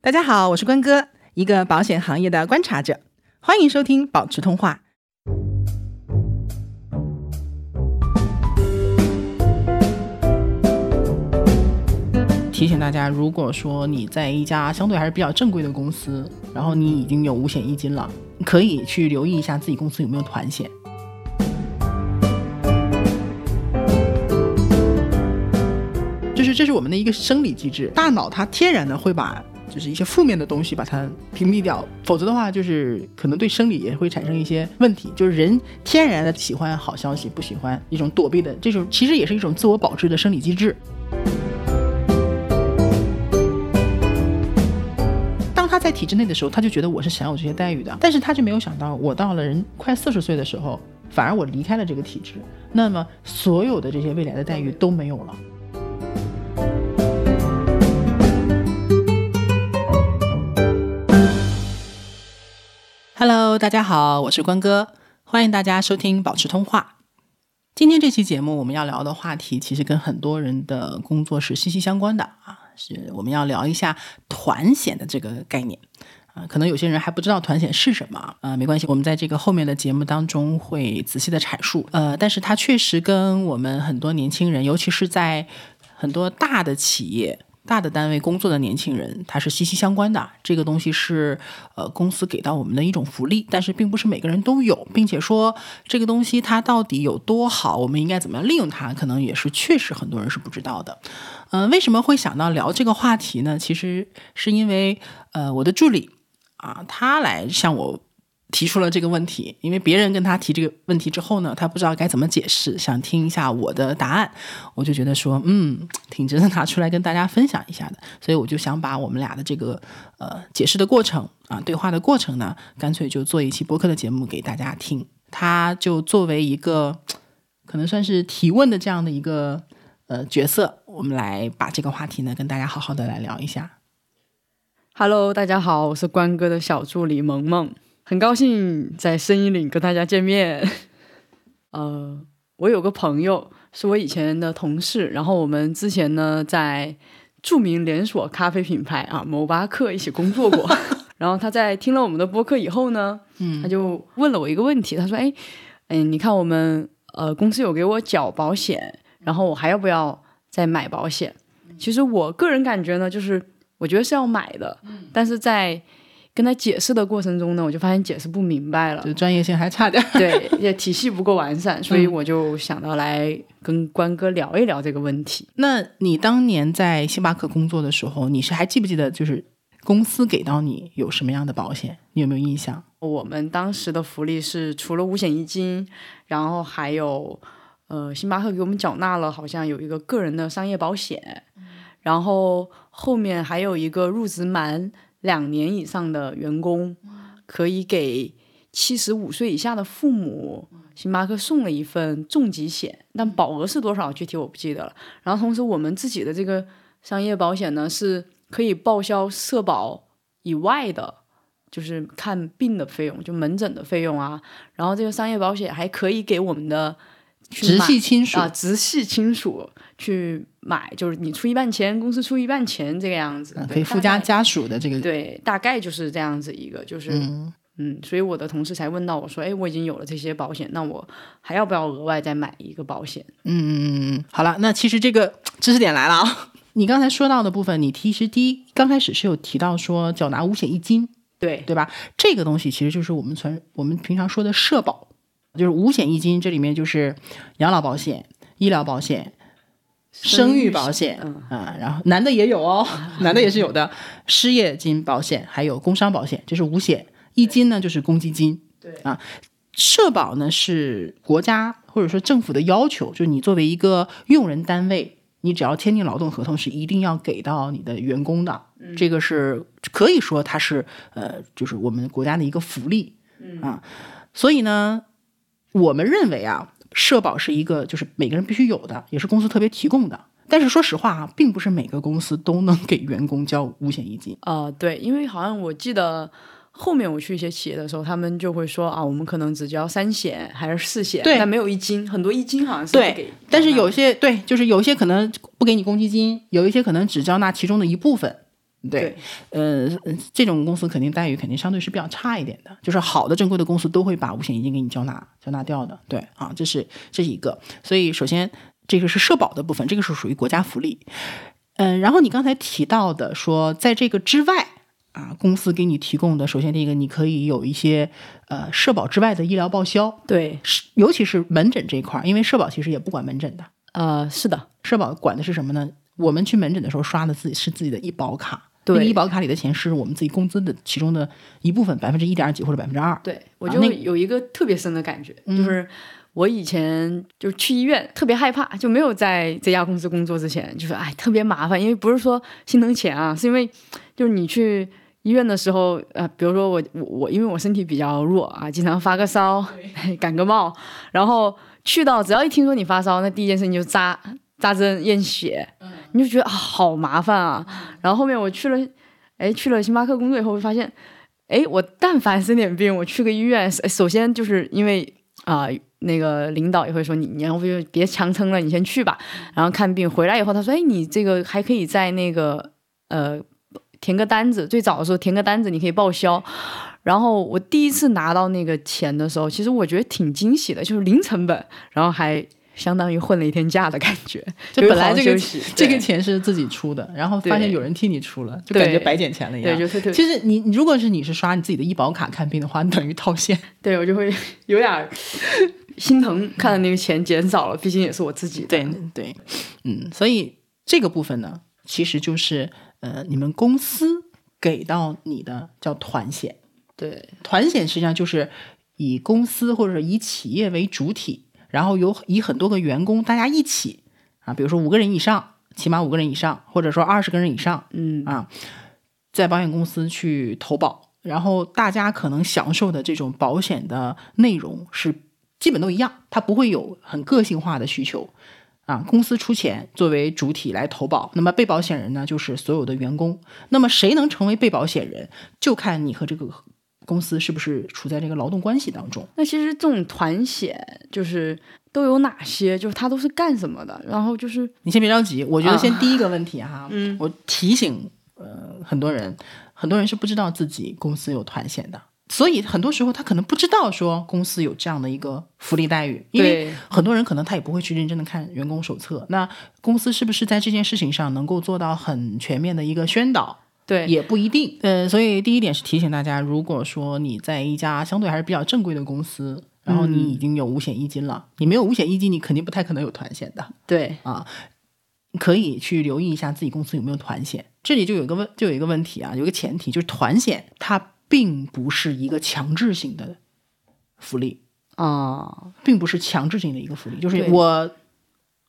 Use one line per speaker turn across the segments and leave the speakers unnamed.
大家好，我是关哥，一个保险行业的观察者，欢迎收听保持通话。提醒大家，如果说你在一家相对还是比较正规的公司，然后你已经有五险一金了，可以去留意一下自己公司有没有团险。就是这是我们的一个生理机制，大脑它天然的会把就是一些负面的东西把它屏蔽掉，否则的话就是可能对生理也会产生一些问题。就是人天然的喜欢好消息，不喜欢一种躲避的这种，其实也是一种自我保质的生理机制。当他在体制内的时候，他就觉得我是享有这些待遇的，但是他却没有想到，我到了人快四十岁的时候，反而我离开了这个体制，那么所有的这些未来的待遇都没有了。Hello，大家好，我是关哥，欢迎大家收听保持通话。今天这期节目我们要聊的话题，其实跟很多人的工作是息息相关的啊，是我们要聊一下团险的这个概念啊。可能有些人还不知道团险是什么啊、呃，没关系，我们在这个后面的节目当中会仔细的阐述。呃，但是它确实跟我们很多年轻人，尤其是在很多大的企业。大的单位工作的年轻人，他是息息相关的。这个东西是呃公司给到我们的一种福利，但是并不是每个人都有，并且说这个东西它到底有多好，我们应该怎么样利用它，可能也是确实很多人是不知道的。嗯、呃，为什么会想到聊这个话题呢？其实是因为呃我的助理啊，他来向我。提出了这个问题，因为别人跟他提这个问题之后呢，他不知道该怎么解释，想听一下我的答案，我就觉得说，嗯，挺值得拿出来跟大家分享一下的，所以我就想把我们俩的这个呃解释的过程啊，对话的过程呢，干脆就做一期播客的节目给大家听。他就作为一个可能算是提问的这样的一个呃角色，我们来把这个话题呢跟大家好好的来聊一下。
Hello，大家好，我是关哥的小助理萌萌。很高兴在声音里跟大家见面。呃，我有个朋友是我以前的同事，然后我们之前呢在著名连锁咖啡品牌啊某巴克一起工作过。然后他在听了我们的播客以后呢，
嗯
他就问了我一个问题，他说：“哎，嗯，你看我们呃公司有给我缴保险，然后我还要不要再买保险？”其实我个人感觉呢，就是我觉得是要买的，但是在跟他解释的过程中呢，我就发现解释不明白了
就，专业性还差点儿。
对，也体系不够完善，所以我就想到来跟关哥聊一聊这个问题。
那你当年在星巴克工作的时候，你是还记不记得就是公司给到你有什么样的保险？你有没有印象？
我们当时的福利是除了五险一金，然后还有呃，星巴克给我们缴纳了好像有一个个人的商业保险，然后后面还有一个入职满两年以上的员工，可以给七十五岁以下的父母。星巴克送了一份重疾险，但保额是多少具体我不记得了。然后同时我们自己的这个商业保险呢，是可以报销社保以外的就是看病的费用，就门诊的费用啊。然后这个商业保险还可以给我们的去
直
买
系亲属
啊、直系亲属去买，就是你出一半钱，公司出一半钱这个样子
啊，可
对
以附加。
大概
家属的这个，
对，大概就是这样子一个，就是
嗯，
嗯，所以我的同事才问到我说：“哎，我已经有了这些保险，那我还要不要额外再买一个保险
嗯，好了，那其实这个知识点来了啊。 你刚才说到的部分，你其实第一刚开始是有提到说缴纳五险一金，？”
对，
对吧？这个东西其实就是我们传我们平常说的社保，就是五险一金，这里面就是养老保险、医疗保险、生育保险啊、
嗯
然后男的也有哦，男的也是有的，失业金保险还有工伤保险，这是五险一金呢，就是公积金。
对
啊，社保呢是国家或者说政府的要求，就是你作为一个用人单位，你只要签订劳动合同，是一定要给到你的员工的。这个是可以说它是呃，就是我们国家的一个福利。啊，所以呢，我们认为啊，社保是一个就是每个人必须有的，也是公司特别提供的。但是说实话啊，并不是每个公司都能给员工交五险一金。
啊、对，因为好像我记得后面我去一些企业的时候，他们就会说啊，我们可能只交三险还是四险，
对
但没有一金，很多一金好像是不给
对，但是有
缴纳
些对，就是有一些可能不给你公积金，有一些可能只交纳其中的一部分。对，呃，这种公司肯定待遇肯定相对是比较差一点的，就是好的正规的公司都会把五险一金给你缴纳缴纳掉的，对啊，这是这是一个。所以首先这个是社保的部分，这个是属于国家福利。嗯、然后你刚才提到的说，在这个之外啊，公司给你提供的，首先第一个你可以有一些呃社保之外的医疗报销，
对，
是尤其是门诊这一块儿，因为社保其实也不管门诊的，
呃，是的，
社保管的是什么呢？我们去门诊的时候刷的自己是自己的医保卡，那个
对
医保卡里的钱是我们自己工资的其中的一部分，百分之一点几或者百分之二。
对我
啊
就
那嗯
有一个特别深的感觉，就是我以前就是去医院特别害怕，就没有在这家公司工作之前，就是哎特别麻烦，因为不是说心疼钱啊，是因为就是你去。医院的时候，呃，比如说我我我，因为我身体比较弱啊，经常发个烧， 感个冒，然后去到只要一听说你发烧，那第一件事情就是扎扎针验血，
嗯
你就觉得、啊、好麻烦啊。然后后面我去了，哎，去了星巴克工作以后，会发现哎，我但凡生点病，我去个医院，首首先就是因为啊、那个领导也会说你，你要不就别强撑了，你先去吧。然后看病回来以后，他说，哎，你这个还可以在那个呃填个单子，最早的时候填个单子，你可以报销。然后我第一次拿到那个钱的时候，其实我觉得挺惊喜的，就是零成本，然后还相当于混了一天假的感觉，
就
有
本
好
来
好
这个
休息
这个
对
钱是自己出的，然后发现
对
有人替你出了，就感觉
对
白捡钱了一
对，
样。
就是特
其实你你如果是你是刷你自己的医保卡看病的话，你等于套现。
对我就会 有点儿心疼，看到那个钱减少了，毕竟也是我自己的。
对对，嗯，所以这个部分呢，其实就是呃，你们公司给到你的叫团险，
对
团险实际上就是以公司或者以企业为主体，然后有以很多个员工大家一起啊，比如说五个人以上，起码五个人以上，或者说二十个人以上
嗯，
啊，在保险公司去投保，然后大家可能享受的这种保险的内容是基本都一样，它不会有很个性化的需求。啊，公司出钱作为主体来投保，那么被保险人呢，就是所有的员工。那么谁能成为被保险人，就看你和这个公司是不是处在这个劳动关系当中。
那其实这种团险就是都有哪些？就是它都是干什么的？然后就是
你先别着急，我觉得
啊嗯
先第一个问题哈，我提醒呃很多人，很多人是不知道自己公司有团险的，所以很多时候他可能不知道说公司有这样的一个福利待遇，因为
对
很多人可能他也不会去认真的看员工手册，那公司是不是在这件事情上能够做到很全面的一个宣导？
对
也不一定。呃，所以第一点是提醒大家，如果说你在一家相对还是比较正规的公司，然后
嗯
你已经有五险一金了，你没有五险一金，你肯定不太可能有团险的
对
啊。可以去留意一下自己公司有没有团险。这里就有一个问，就有一个问题啊，有一个前提就是团险它并不是一个强制性的福利，
啊，
并不是强制性的一个福利，就是
对
我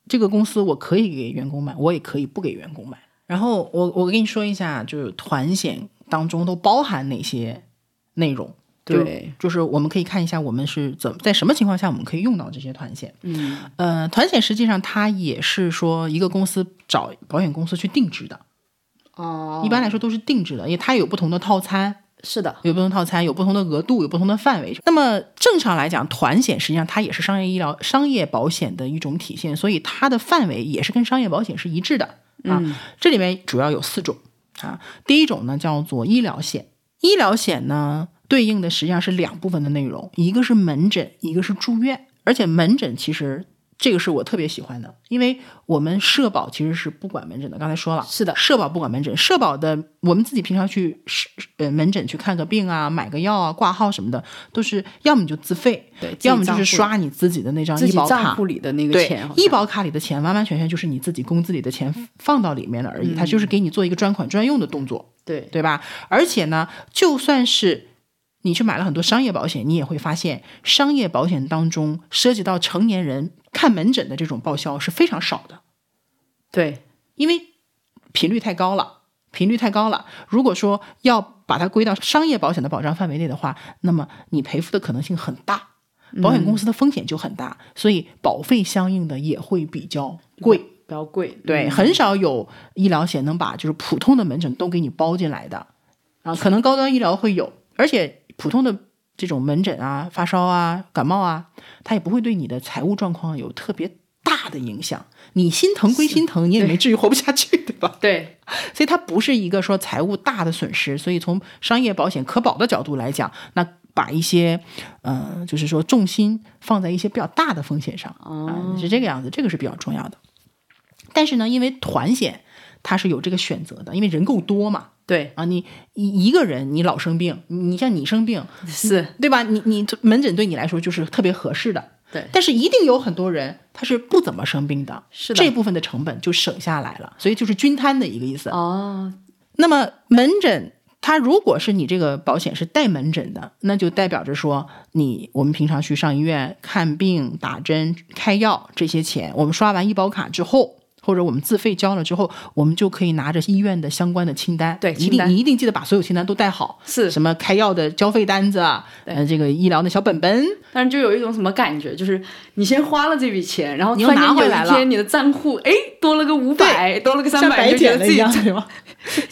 这个公司我可以给员工买，我也可以不给员工买。然后我我跟你说一下，就是团险当中都包含哪些内容。就
对，
就是我们可以看一下我们是怎么在什么情况下我们可以用到这些团险。
嗯，
呃，团险实际上它也是说一个公司找保险公司去定制的，
哦，
一般来说都是定制的，因为它有不同的套餐，
是的，
有不同套餐，有不同的额度，有不同的范围。那么正常来讲，团险实际上它也是商业医疗、商业保险的一种体现，所以它的范围也是跟商业保险是一致的啊。这里面主要有四种啊，第一种呢叫做医疗险，医疗险呢对应的实际上是两部分的内容，一个是门诊，一个是住院，而且门诊其实。这个是我特别喜欢的，因为我们社保其实是不管门诊的，刚才说了，
是的
社保不管门诊，社保的我们自己平常去是呃门诊去看个病啊、买个药啊、挂号什么的，都是要么你就自费，
对，
要么就是
自己账户
刷你自己的那张
自
医
己
保
账
卡
户。里的那个
对
钱，好，像
医保卡里的钱完完全全就是你自己工资里的钱放到里面了而已，它就是给你做一个专款专用的动作，
嗯对
对吧？而且呢，就算是你去买了很多商业保险，你也会发现商业保险当中涉及到成年人看门诊的这种报销是非常少的。
对
因为频率太高了，频率太高了。如果说要把它归到商业保险的保障范围内的话，那么你赔付的可能性很大，保险公司的风险就很大，所以保费相应的也会比较贵。
比较贵，
对，
嗯
很少有医疗险能把就是普通的门诊都给你包进来的啊，可能高端医疗会有，而且普通的这种门诊啊、发烧啊、感冒啊，它也不会对你的财务状况有特别大大的影响。你心疼归心疼，你也没至于活不下去，对吧？
对，
所以它不是一个说财务大的损失。所以从商业保险可保的角度来讲，那把一些呃，就是说重心放在一些比较大的风险上啊、是这个样子，这个是比较重要的。但是呢，因为团险它是有这个选择的，因为人够多嘛
对，
啊，你一一个人你老生病，你你像你生病，
是，
对吧？你你门诊对你来说就是特别合适的，
对
但是一定有很多人他是不怎么生病的，
是的
这部分的成本就省下来了，所以就是均摊的一个意思。
哦，
那么门诊，它如果是你这个保险是带门诊的，那就代表着说你我们平常去上医院看病、打针、开药这些钱，我们刷完医保卡之后。或者我们自费交了之后，我们就可以拿着医院的相关的清单，
对
一
清
定
单
你一定记得把所有清单都带好，
是
什么开药的交费单子啊，
对
呃，这个医疗的小本本，
但是就有一种什么感觉，就是你先花了这笔钱，然后
你
突
又
然间
拿回
有
来
一
了
天你的账户哎多了个五百，多了个三
像
百，
白
就觉
捡
得
了
自
一
己
样，对 吗？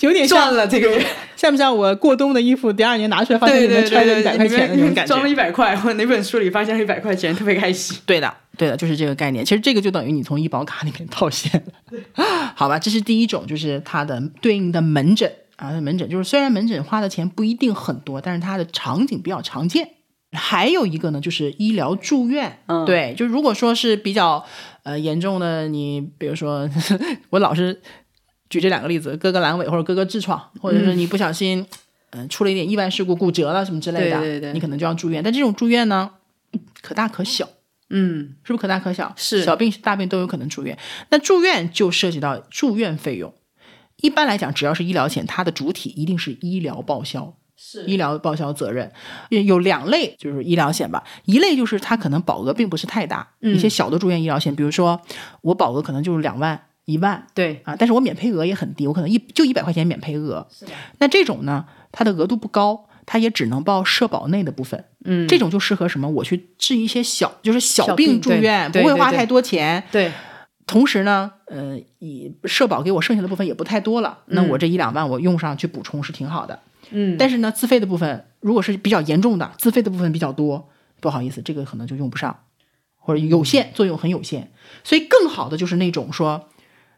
有点像
赚了这个月，
像不像我过冬的衣服，第二年拿出来 发现
对
里
对
面揣着
对
一
对，
百块钱的那
里
种
面
感觉
装了，一百块， 或者哪本书里发现了一百块钱， 特别开心。
对的，对的，就是这个概念。其实这个就等于你从医保卡里面套现了， 好吧？这是第一种，就是它的对应的门诊啊，门诊就是虽然门诊花的钱不一定很多，但是它的场景比较常见。还有一个呢，就是医疗住院，
嗯
对，就如果说是比较呃严重的，你比如说 我老是举这两个例子，哥哥阑尾或者哥哥痔疮，或者是你不小心嗯、呃出了一点意外事故骨折了什么之类的，
对对对
你可能就要住院。但这种住院呢，可大可小，
嗯，
是不是可大可小？
是
小病大病都有可能住院。那住院就涉及到住院费用。一般来讲，只要是医疗险，它的主体一定是医疗报销，
是
医疗报销责任。有两类就是医疗险吧，一类就是它可能保额并不是太大，
嗯
一些小的住院医疗险，比如说我保额可能就是两万、一万
对，
啊，但是我免赔额也很低，我可能一就一百块钱免赔额。那这种呢，它的额度不高，它也只能报社保内的部分。
嗯，
这种就适合什么？我去治一些小，就是小
小
病
病
住
对
院，不
对
会
对
花
对
太多钱。
对，
同时呢，呃，以社保给我剩下的部分也不太多了，那我这一两万我用上去补充是挺好的。
嗯，
但是呢，自费的部分如果是比较严重的，自费的部分比较多，不好意思，这个可能就用不上，或者有限，作用很有限。所以更好的就是那种说，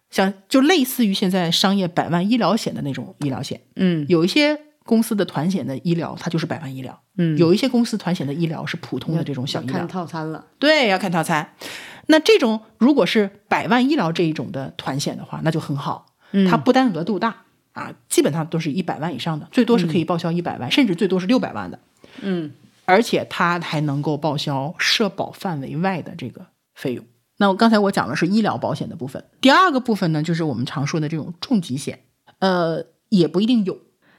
像就类似于现在商业百万医疗险的那种医疗险，
嗯
有一些公司的团险的医疗它就是百万医疗，
嗯，
有一些公司团险的医疗是普通的这种小医疗
看，套餐了，
对，要看套餐。那这种如果是百万医疗这一种的团险的话，那就很好，它不单额度大、啊，基本上都是一百万以上的，最多是可以报销一百万，甚至最多是六百万的，
嗯，
而且它还能够报销社保范围外的这个费用。那我刚才我讲的是医疗保险的部分，第二个部分呢，就是我们常说的这种重疾险，呃，也不一定有，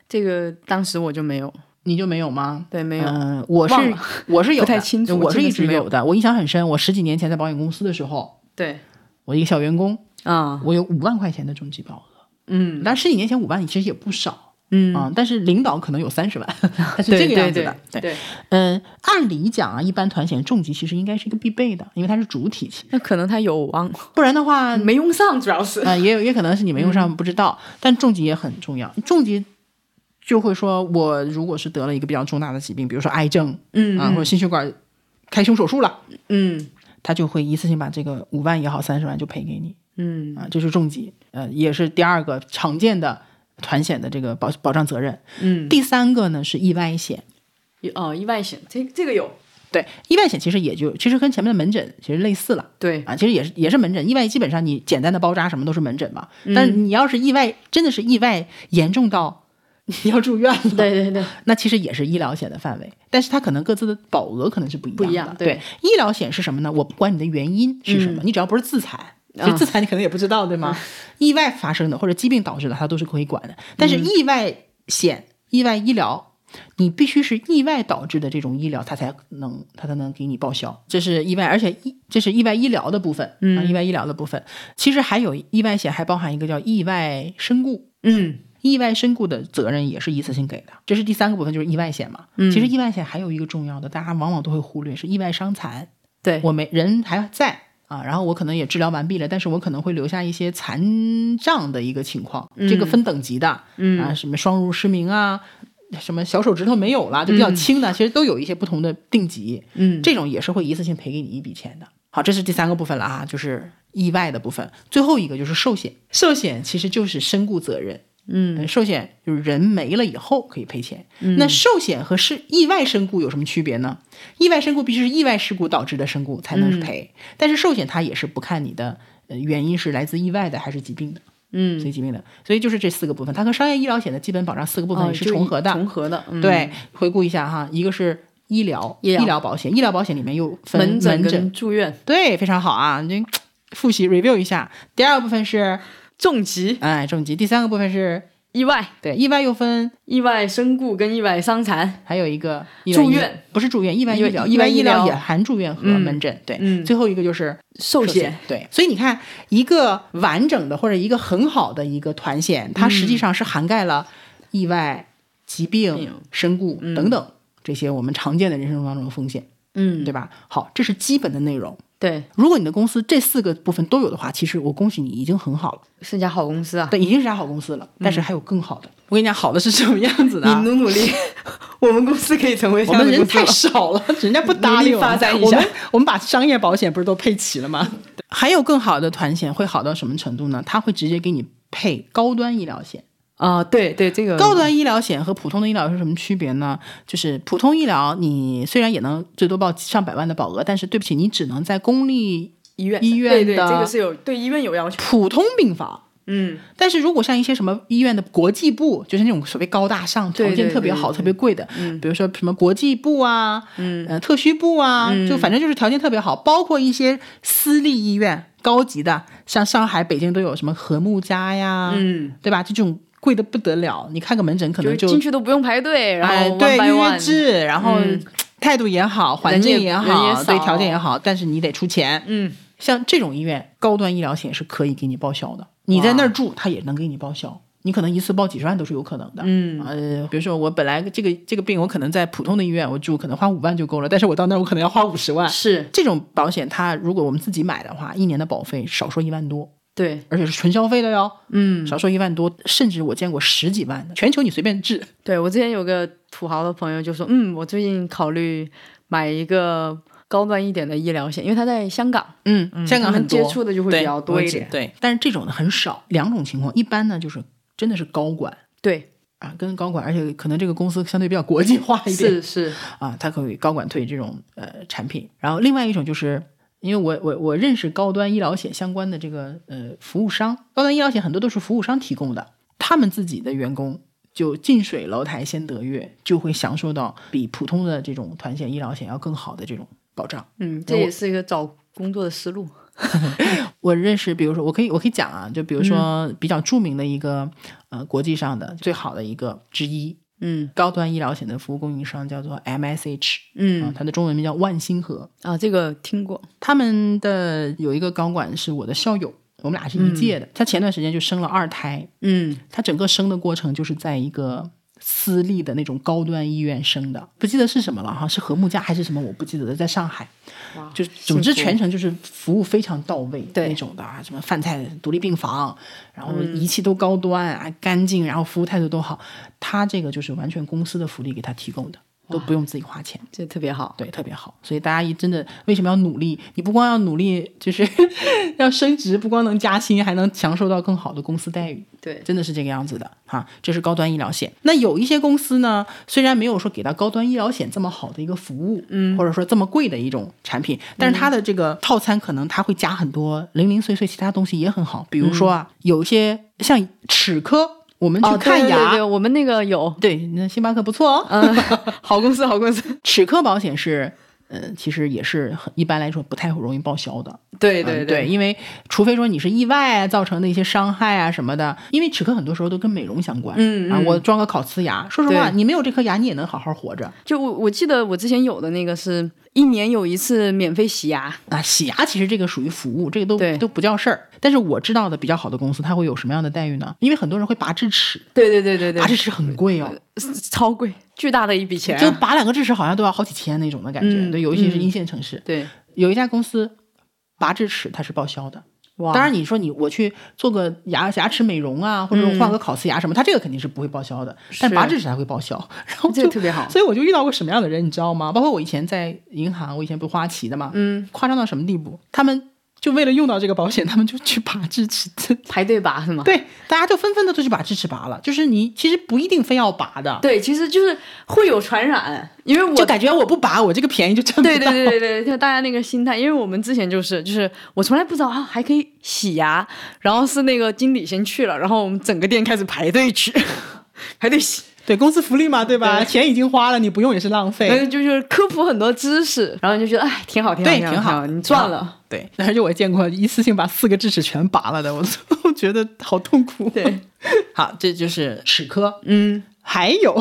这个当时我就没有，
你就没有吗？
对，没有，
嗯、我是
忘了
我是有的，
不太清楚
我是
真的
一
是
直
没有
有的。我印象很深，我十几年前在保险公司的时候，
对，
我一个小员工，
啊，
我有五万块钱的重疾保额，
嗯
但十几年前五万其实也不少，
嗯
啊，但是领导可能有三十 万，它是这
对
个
对
样子的
对。对，
嗯，按理讲啊，一般团险重疾其实应该是一个必备的，因为它是主体，
那可能他有我忘了，
不然的 话，
嗯没用上，主要是，
呃，也有也可能是你们用
嗯
上不知道，但重疾也很重要，重疾。就会说，我如果是得了一个比较重大的疾病，比如说癌症，
嗯
啊，或者心血管开胸手术了，
嗯
他就会一次性把这个五万也好，三十万就赔给你
嗯
啊，这是重疾，呃，也是第二个常见的团险的这个保保障责任。
嗯，
第三个呢是意外险，
有哦，意外险，这这个有，
对，意外险其实也就其实跟前面的门诊其实类似了。
对，
啊，其实也是也是门诊，意外基本上你简单的包扎什么都是门诊嘛。但是你要是意外，真的是意外严重到 你要住院了，
对对对，
那其实也是医疗险的范围，但是它可能各自的保额可能是不一样的。
不一样
对
对嗯
医疗险是什么呢？我不管你的原因是什么，你只要不是自残，所以自残你可能也不知道，对吗？意外发生的或者疾病导致的，它都是可以管的。但
嗯
是意外险、意外医疗。你必须是意外导致的这种医疗，它才能它才能给你报销。这是意外，而且意这是意外医疗的部分，嗯、意外医疗的部分。其实还有意外险还包含一个叫意外身故，
嗯
意外身故的责任也是一次性给的，这是第三个部分，就是意外险嘛。其实意外险还有一个重要的，大家往往都会忽略，是意外伤残。
对，
我没人还在啊，然后我可能也治疗完毕了，但是我可能会留下一些残障的一个情况，这个分等级的，嗯啊，什么双乳失明啊，什么小手指头没有了，就比较轻的，其实都有一些不同的定级。
嗯
这种也是会一次性赔给你一笔钱的。好，这是第三个部分了啊，就是意外的部分。最后一个就是寿险，寿险其实就是身故责任。
嗯
呃寿险就是人没了以后可以赔钱。那寿险和是意外身故有什么区别呢？意外身故必须是意外事故导致的身故才能赔，
嗯
但是寿险它也是不看你的呃原因是来自意外的还是疾病的，
嗯，
随疾病的。所以就是这四个部分，它和商业医疗险的基本保障四个部分
哦
也是
就
重合的。
重合的，嗯、
对，回顾一下哈，一个是医疗
医疗
保险，医疗保险里面又分
门诊
门诊
跟住院
对，非常好啊，你这复习 review 一下。第二个部分是
重疾
哎重疾，第三个部分是
意外、
对意外又分
意外身故跟意外伤残，
还有一个意外
住
医
院，
不是住院，意外
意
医
外
疗，
意
意外
外
医
医
疗
疗
也含住院和
嗯
门诊。对，
嗯
最后一个就是
寿
险
险。
对，所以你看，一个完整的或者一个很好的一个团险，
嗯
它实际上是涵盖了意外、疾病、身故等等这些我们常见的人生当中的风险，
嗯，
对吧？好，这是基本的内容。
对，
如果你的公司这四个部分都有的话，其实我恭喜你已经很好了，
是家好公司啊，
对，已经是家好公司了。
嗯
但是还有更好的。我跟你讲，好的是什么样子的、啊？
努努力， 我们公司可以成为这
我
样
们
的
人
公司
太
了
少了，人家不搭
努
理
力
我们。
发展一
我
下
们我们把商业保险不是都配齐了吗？还有更好的团险会好到什么程度呢？它会直接给你配高端医疗险。
啊，对对，这个
高端医疗险和普通的医疗有什么区别呢？就是普通医疗，你虽然也能最多报上百万的保额，但是对不起，你只能在公立
医院
医院
对对，
的
这个是有对医院有要求，
普通病房。
嗯，
但是如果像一些什么医院的国际部，就是那种所谓高大上、条
对
件
对
特别
对嗯
好、
对
特别贵的，比如说什么国际部啊，嗯，呃，特需部啊，
嗯
就反正就是条件特别好，包括一些私立医院高级的，像上海、北京都有什么和睦家呀，
嗯，
对吧？这种贵的不得了，你看个门诊可能
就
就是
进去都不用排队，然后
哎，
哦 one
对，
by
预约
one
制，然后
嗯
态度也好，环
人
境
也
好，
人也
对
少
条件也好，但是你得出钱。
嗯，
像这种医院，高端医疗险是可以给你报销的，你在那儿住，他也能给你报销。你可能一次报几十万都是有可能的。
嗯
呃，比如说我本来这个这个病，我可能在普通的医院我住可能花五万就够了，但是我到那儿我可能要花五十万。
是
这种保险，它如果我们自己买的话，一年的保费少说一万多，
对，
而且是纯消费的哟，
嗯，
少说一万多，甚至我见过十几万的，全球你随便治。
对我之前有个土豪的朋友就说，嗯，我最近考虑买一个高端一点的医疗险，因为他在香港，
嗯，香港
他
很
们
多
接触的就会
对
比较多一点，
对，但是这种的很少。两种情况，一般呢就是真的是高管
对，
啊，跟高管，而且可能这个公司相对比较国际化一点
是是，
啊，它可以高管推这种呃产品。然后另外一种就是。因为我我我认识高端医疗险相关的这个呃服务商，高端医疗险很多都是服务商提供的，他们自己的员工就近水楼台先得月，就会享受到比普通的这种团险医疗险要更好的这种保障。
嗯，这也是一个找工作的思路，
我认识，比如说，我可以我可以讲啊，就比如说
嗯
比较著名的一个、呃国际上的最好的一个之一，
嗯
高端医疗险的服务供应商叫做 MSH，啊、
嗯
它的中文名叫万星河。
啊，这个听过，
他们的有一个高管是我的校友，我们俩是一届的。他前段时间就生了二胎，
嗯
他整个生的过程就是在一个。私立的那种高端医院生的，不记得是什么了哈，是和睦家还是什么，我不记得了，在上海。
哇，
就是总之
幸福
全程就是服务非常到位
对嗯
那种的啊，什么饭菜独立病房，然后仪器都高端啊，干净，然后服务态度都好。他这个就是完全公司的福利给他提供的，都不用自己花钱。
这特别好，
对，特别好，所以大家一真的为什么要努力？你不光要努力，就是 要升职，不光能加薪，还能享受到更好的公司待遇。
对，
真的是这个样子的哈。这是高端医疗险。那有一些公司呢，虽然没有说给到高端医疗险这么好的一个服务，嗯，或者说这么贵的一种产品，但是它的这个套餐可能它会加很多零零碎碎其他东西也很好，比如说啊，有一些像齿科，我们去
哦，
看
对
牙。
对对，我们那 个有，
对，那星巴克不错哦。
嗯，好公司，好公司，
齿科保险是，呃，其实也是很一般来说不太容易报销的。
对
嗯对，，因为除非说你是意外啊造成的一些伤害啊什么的，因为齿科很多时候都跟美容相关。
嗯
啊，
嗯
我装个烤瓷牙，说实话，
对
你没有这颗牙，你也能好好活着
就我我记得我之前有的那个是一年有一次免费洗牙，
啊。洗牙其实这个属于服务，这个都
对
都不叫事儿。但是我知道的比较好的公司，它会有什么样的待遇呢？因为很多人会拔智齿，
对对对对对
拔智齿很贵哦，
啊超贵，巨大的一笔钱啊、
就拔两个智齿好像都要好几千那种的感觉。
嗯
对，尤其是
嗯
一线城市，
对，
有一家公司拔智齿它是报销的。
哇
当然，你说你我去做个牙牙齿美容啊，或者换个烤瓷牙什么，他这个肯定是不会报销的，但
是
拔智齿还会报销。 然后
这
就
个特别好，
所以我就遇到过什么样的人，你知道吗？包括我以前在银行，我以前不是花旗的嘛，
嗯，
夸张到什么地步？他们就为了用到这个保险，他们就去拔智齿。
排队拔是吗？
对，大家就纷纷的就去把智齿拔了。就是你其实不一定非要拔的，
对，其实就是会有传染，因为我
就感觉我不拔，我这个便宜就占不到。
对对对对对，就大家那个心态，因为我们之前就是就是我从来不知道啊，还可以洗牙，然后是那个经理先去了，然后我们整个店开始排队去 排队洗，
对公司福利嘛，对吧？
对
钱已经花了，你不用也是浪费。
然后就就是科普很多知识，然后就觉得哎挺好挺好
对
挺
挺好
好，你赚了，
对，而且我也见过一次性把四个智齿全拔了的，我都觉得好痛 苦。
对，
好，这就是齿科。
嗯
还有，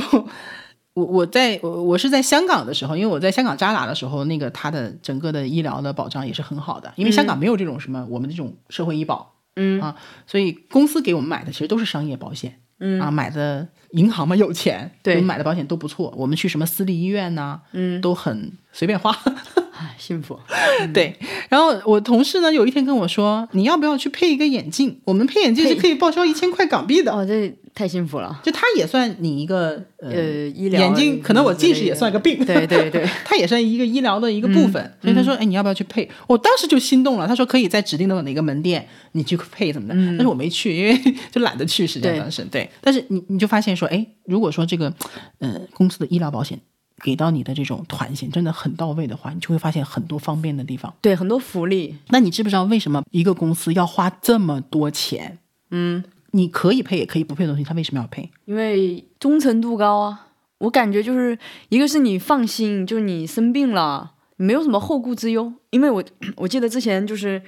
我我在我我是在香港的时候，因为我在香港扎达的时候，那个它的整个的医疗的保障也是很好的，因为香港没有这种什么我们这种社会医保，
嗯
啊，所以公司给我们买的其实都是商业保险，嗯啊，买的银行嘛有钱，
对
我们买的保险都不错，我们去什么私立医院呐、
嗯，
都很随便花，
哎幸福，
对。然后我同事呢有一天跟我说，你要不要去配一个眼镜？我们配眼镜是可以报销一千块港币的。
哦这太幸福了，
就它也算你一个呃
呃医疗
眼睛，可能我近视也算个病，
对对 对，嗯
它也算一个医疗的一个部分。所以他说，哎，你要不要去配？我当时就心动了。他说可以在指定的哪个门店你去配怎么的，但是我没去，因为就懒得去，实际上
嗯对
当时对。但是你你就发现说，哎，如果说这个呃公司的医疗保险。给到你的这种团险真的很到位的话，你就会发现很多方便的地方。
对很多福利，
那你知不知道为什么一个公司要花这么多钱？
嗯，
你可以配也可以不配的东西，他为什么要配？
因为忠诚度高啊。我感觉就是一个是你放心，就是你生病了，你没有什么后顾之忧。因为我我记得之前就是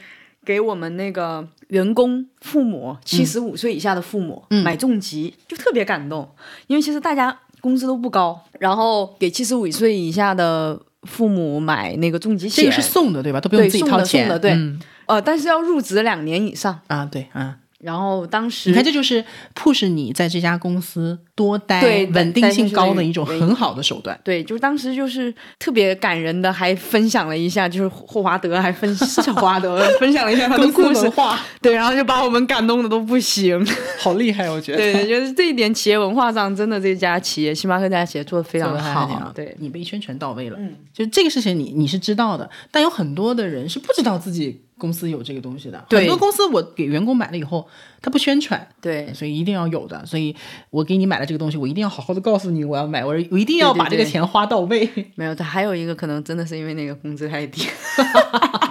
给我们那个员工父母七十五岁以下的父母、
嗯
买重疾，就特别感动，因为其实大家工资都不高，然后给七十五岁以下的父母买那个重疾险，
这个是送的对吧？都不
对
用自己
送
掏
的
钱。
送的对
嗯
呃，但是要入职两年以上。
啊，对啊，
然后当时
你看这就是 push 你在这家公司多待，
对
稳定性高的一种很好的手段。
对，就是当时就是特别感人的，还分享了一下，就是霍华德还分是叫霍华德 分享了一下他的
公司
故事
文，化
对，然后就把我们感动的都不行。
好厉害，我觉得。
对对，就是这一点，企业文化上真的这家企业，星巴克这家企业做的非
非
常
好，
好。对，
你被宣传到位了，嗯，就这个事情你你是知道的，但有很多的人是不知道自己公司有这个东西的。
对
很多公司我给员工买了以后，他不宣传，
对
所以一定要有的。所以我给你买了这个东西，我一定要好好的告诉你我要买，我我一定要
对对
把这个
对
钱花到位。
没有，还有一个可能真的是因为那个工资太低，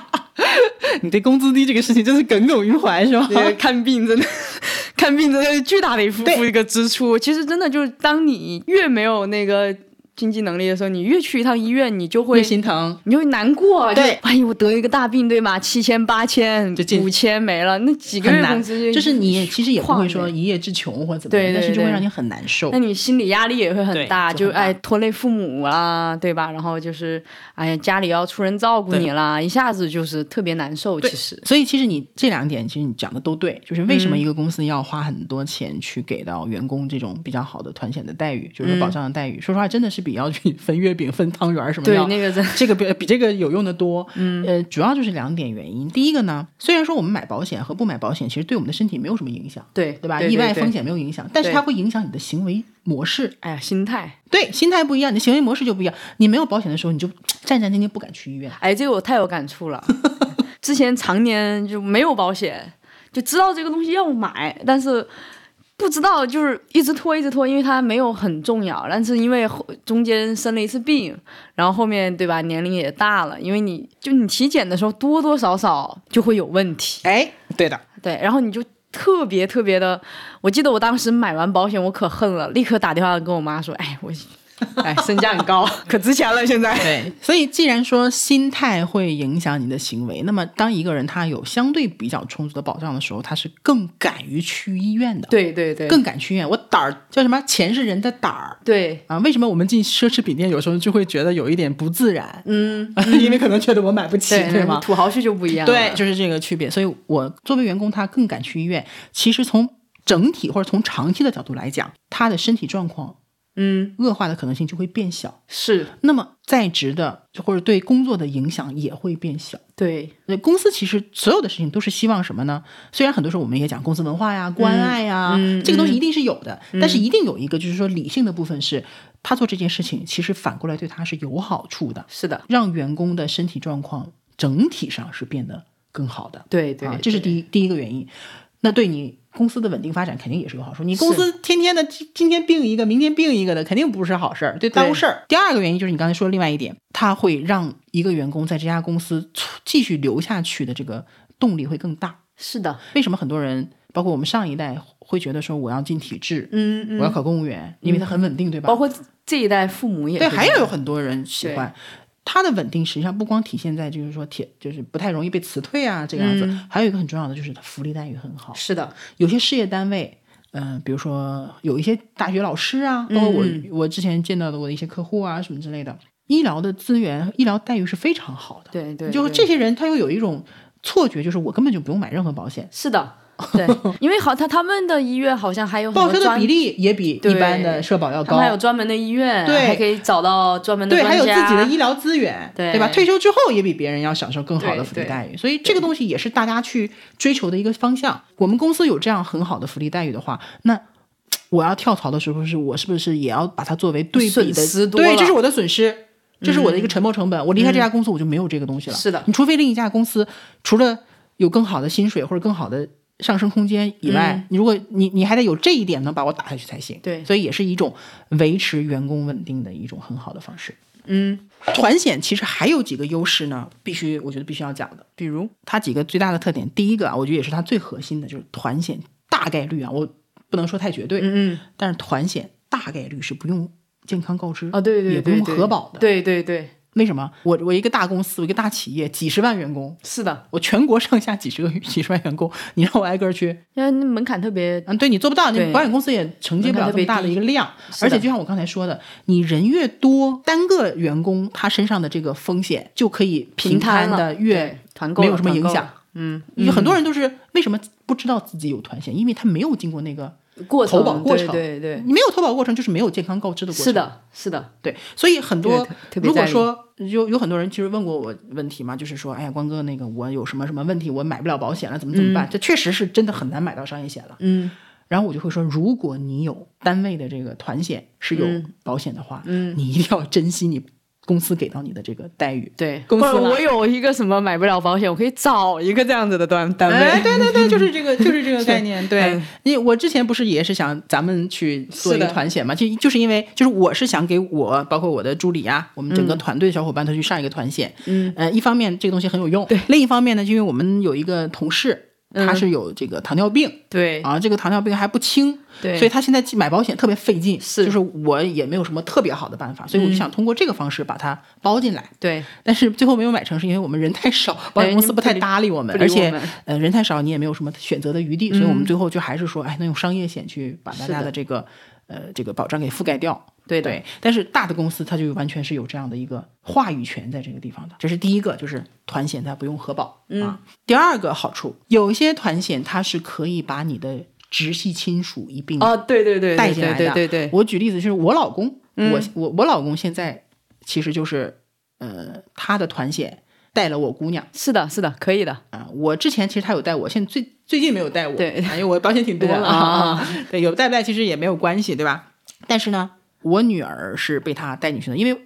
你对工资低这个事情真是耿耿于怀是吧？
那个看病真的。 看病真的是巨大的一付
对
付一个支出，其实真的就是当你越没有那个经济能力的时候，你越去一趟医院，你就会
会心疼。
你就会难过，就
对
哎呦，我得一个大病，对吧？七千、八千
就进、
五千没了，那几个
很
月
难，
工资
就是你其实也不会说
晃
一夜之穷或者怎么
对
样，
对
但是就会
对
让你很难受
那。你心理压力也会
对
很大，
就
就
很大
哎拖累父母啦，对吧？然后就是哎呀，家里要出人照顾
对
你啦，一下子就是特别难受。
对
其实，
所以其实你这两点，其实你讲的都对，就是为什么一个公司要花很多钱去给到员工这种比较好的团险的待遇，就是说保障的待遇。说实话，真的是比要去分月饼、分汤圆儿什么
对
要
那个真
这个比比这个有用的多。嗯，呃，主要就是两点原因。第一个呢，虽然说我们买保险和不买保险，其实对我们的身体没有什么影响，
对
对吧？
对
意外风。
对
险没有影响，但是
对
它会影响你的行为模式。
哎呀，心态，
对，心态不一样，你的行为模式就不一样。你没有保险的时候，你就战战兢兢不敢去医院。
哎，这个我太有感触了。 之前常年就没有保险，就知道这个东西要买，但是不知道就是一直拖一直拖，因为它没有很重要。但是因为后中间生了一次病，然后后面对吧，年龄也大了，因为你就你体检的时候多多少少就会有问题，
哎，对的，
对，然后你就。特别特别的，我记得我当时买完保险，我可恨了，立刻打电话跟我妈说：“哎，我， 哎，身价很高，可值钱了，现在。”
对。所以，既然说心态会影响你的行为，那么当一个人他有相对比较充足的保障的时候，他是更敢于去医院的，
对对对，
更敢去医院。我胆儿叫什么？钱是人的胆儿。
对
啊，为什么我们进奢侈品店有时候就会觉得有一点不自然？嗯， 因为可能觉得我买不起，对吗？
土豪区就不一样了。
对，就是这个区别。所以我作为员工，他更敢去医院。其实从整体或者从长期的角度来讲，他的身体状况
嗯，
恶化的可能性就会变小。
是
那么在职的或者对工作的影响也会变小。
对，
那公司其实所有的事情都是希望什么呢？虽然很多时候我们也讲公司文化呀、关爱呀，
嗯
这个东西一定是有的，但是一定有一个就是说理性的部分是，他做这件事情其实反过来对他是有好处的，
是的，
让员工的身体状况整体上是变得更好的。
对对
啊，，这是
一。
第一第一个原因。那对你公司的稳定发展肯定也是有好处。你公司天天的今今天病一个，明天病一个的，肯定不是好事儿，对耽误
对
事儿。第二个原因就是你刚才说的另外一点，它会让一个员工在这家公司促继续留下去的这个动力会更大。
是的，
为什么很多人，包括我们上一代，会觉得说我要进体制，
嗯嗯，
我要考公务员，因为它很稳定，对吧
包？括这一代父母也
对，
会
还
这
有有
样
很多人喜欢。它的稳定实际上不光体现在就是说铁就是不太容易被辞退啊这个样子，还有一个很重要的就是它福利待遇很好。
嗯是的，
有些事业单位，嗯、比如说有一些大学老师啊，包括我、
嗯
我之前见到的我的一些客户啊什么之类的，医疗的资源、医疗待遇是非常好的。
对对，
就是
对
这些人他又有一种错觉，就是我根本就不用买任何保险，
是的，对，因为好他他们的医院好像还有很
报
多
销的
专
比例也比一
对
般的社保要
他
高
们。还有专门的医院，
对
还可以找到专门的
对，还有
专
自己
家
的医疗资源，
对
吧？退休之后也比别人要享受更好的
对
福利
对
待遇，所以这个东西也是大家去追求的一个方向。我们公司有这样很好的福利待遇的话，那我要跳槽的时候，是我是不是也要把它作为对比
损
的？
失多
对，
了嗯
这是我的损失，这是我的一个沉没成本。我离开这家公司，我就没有这个东西了。
是的
你除非另一家公司除了有更好的薪水或者更好的。上升空间以外，你如果你你还得有这一点能把我打下去才行。
嗯对
所以也是一种维持员工稳定的一种很好的方式。
嗯，
团险其实还有几个优势呢，必须我觉得必须要讲的。
比如
它几个最大的特点，第一个啊，我觉得也是它最核心的，就是团险大概率啊，我不能说太绝对，
嗯嗯
但是团险大概率是不用健康告知
啊，对对
也
对
不
对，
用核保的。
对对对，
为什么？我我一个大公司，我一个大企业，几十万员工，
是的，
我全国上下几十个 几十万员工，你让我挨个儿去
因为那门槛特别
嗯嗯，对你做不到，你
对
保险公司也承接不了这
门槛特
么
别
大的一个量。
是
而
的
且就像我刚才说的，你人越多，单个员工他身上的这个风险就可以平摊
摊了
的越
对团购
没有
了
什么
团
影
购
响
了。嗯，
有很多人都是为什么不知道自己有团险，因为他没有经过那个
过
投
程
保过程
对对对，
你没有投保过程，就是没有健康告知的过程。
是，的，是的，
对，所以很多
对特特别
如果
在意
说有有很多人其实问过我问题嘛，就是说，哎呀，光哥，那个我有什么什么问题，我买不了保险了，怎么怎么办？这确实是真的很难买到商业险了。
嗯，
然后我就会说，如果你有单位的这个团险是有保险的话，嗯，你一定要珍惜你公司给到你的这个待遇。
对，
公司
或者
了
我有一个什么买不了保险，我可以找一个这样子的单单位，
哎，对对 对，就是这个，就是这个概念。对
嗯
你，我之前不是也是想咱们去做一
是
个
的
团险嘛？就就是因为，就是我是想给我，包括我的助理啊，我们整个团队的小伙伴都去上一个团险。
嗯，
呃，一方面这个东西很有用，对；另一方面呢，就因为我们有一个同事，他是有这个糖尿病，
对
啊，这个糖尿病还不轻，
对
所以他现在买保险特别费劲，
是嗯
就是我也没有什么特别好的办法，所以我就想通过这个方式把它包进来，
对
但是最后没有买成，是因为我们人太少，保险公司不太搭理我们，
不理
而
不理
且
我们
呃人太少，你也没有什么选择的余地，所以我们最后就还是说，哎，那用商业险去把大
嗯是
家
的
的这个呃这个保障给覆盖掉。
对的
对，但是大的公司它就完全是有这样的一个话语权在这个地方的，这是第一个，就是团险它不用核保、
嗯
啊。第二个好处，有一些团险它是可以把你的直系亲属一并
啊，对对对，
嗯带
对
进来的。
对对对，
我举例子就是我老公，我
嗯
我我老公现在其实就是呃他的团险带了我姑娘
是的，是的，可以的，
啊、我之前其实他有带我，现在最最近没有带我，
对
啊因为我保险挺多了
啊啊
啊，对，有带不带其实也没有关系，对吧？但是呢，我女儿是被他带进去的，因为。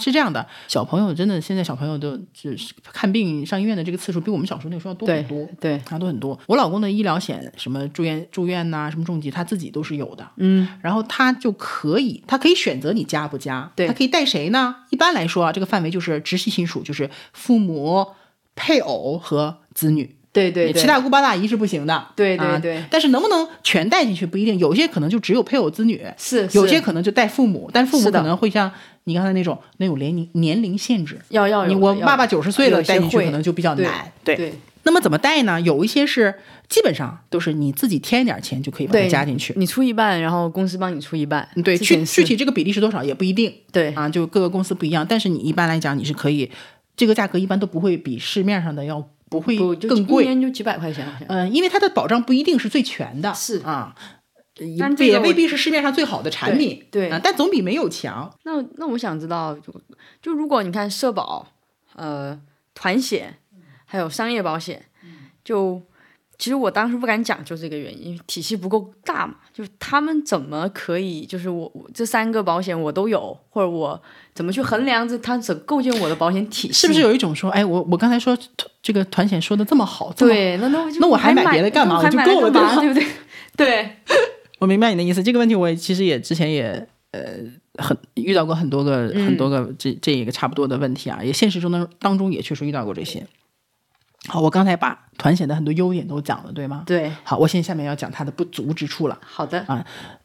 是这样的，小朋友真的现在小朋友都就是看病上医院的这个次数比我们小时候那个时候要多
对
很多，
对，
啊，都很多。我老公的医疗险，什么住院住院呐、什么重疾，他自己都是有的。
嗯，
然后他就可以，他可以选择你加不加，
对
他可以带谁呢？一般来说啊，这个范围就是直系亲属，就是父母、配偶和子女。
对对
你
对，
七大姑八大姨是不行的，
对对
啊
对
但是能不能全带进去不一定，有些可能就只有配偶子女，
是
有
是
些可能就带父母，但是父母
是的
可能会像你刚才那种那种年龄年龄限制。
要要
你
有
我
要
爸爸九十岁了
有一些
带进去
会
可能就比较
对
难，
对
那么怎么带呢？有一些是基本上都是你自己添一点钱就可以把它
对
加进去。嗯
你出一半，然后公司帮你出一半，
对，
之
具
前
具
是
体这个比例是多少也不一定
对
啊，就各个公司不一样。但是你一般来讲，你是可以，这个价格一般都不会比市面上的要不会
不就
更
一
贵。
年就几百块钱好像，
嗯、因为它的保障不一定是最全的，
是
啊，也
但这个
也
我
未必是市面上最好的产品，
对对
啊，但总比没有强。
那那我想知道，就就如果你看社保、呃团险，还有商业保险，就其实我当时不敢讲，就这个原因，因为体系不够大嘛。就是他们怎么可以，就是我我这三个保险我都有，或者我怎么去衡量这它怎构建我的保险体系？
是不是有一种说，哎，我我刚才说这个团险说的这么好，这么
对，那那我就
那我还
还
买别的干嘛
我还
我就
买了
够了
干嘛
对
对不对？ 对，
我明白你的意思。这个问题我也其实也之前也呃很遇到过很多个、很多个这这一个差不多的问题啊，也现实中的当中也确实遇到过这些。好，我刚才把团险的很多优点都讲了，对吗？
对，
好，我现在下面要讲它的不足之处了。
好的，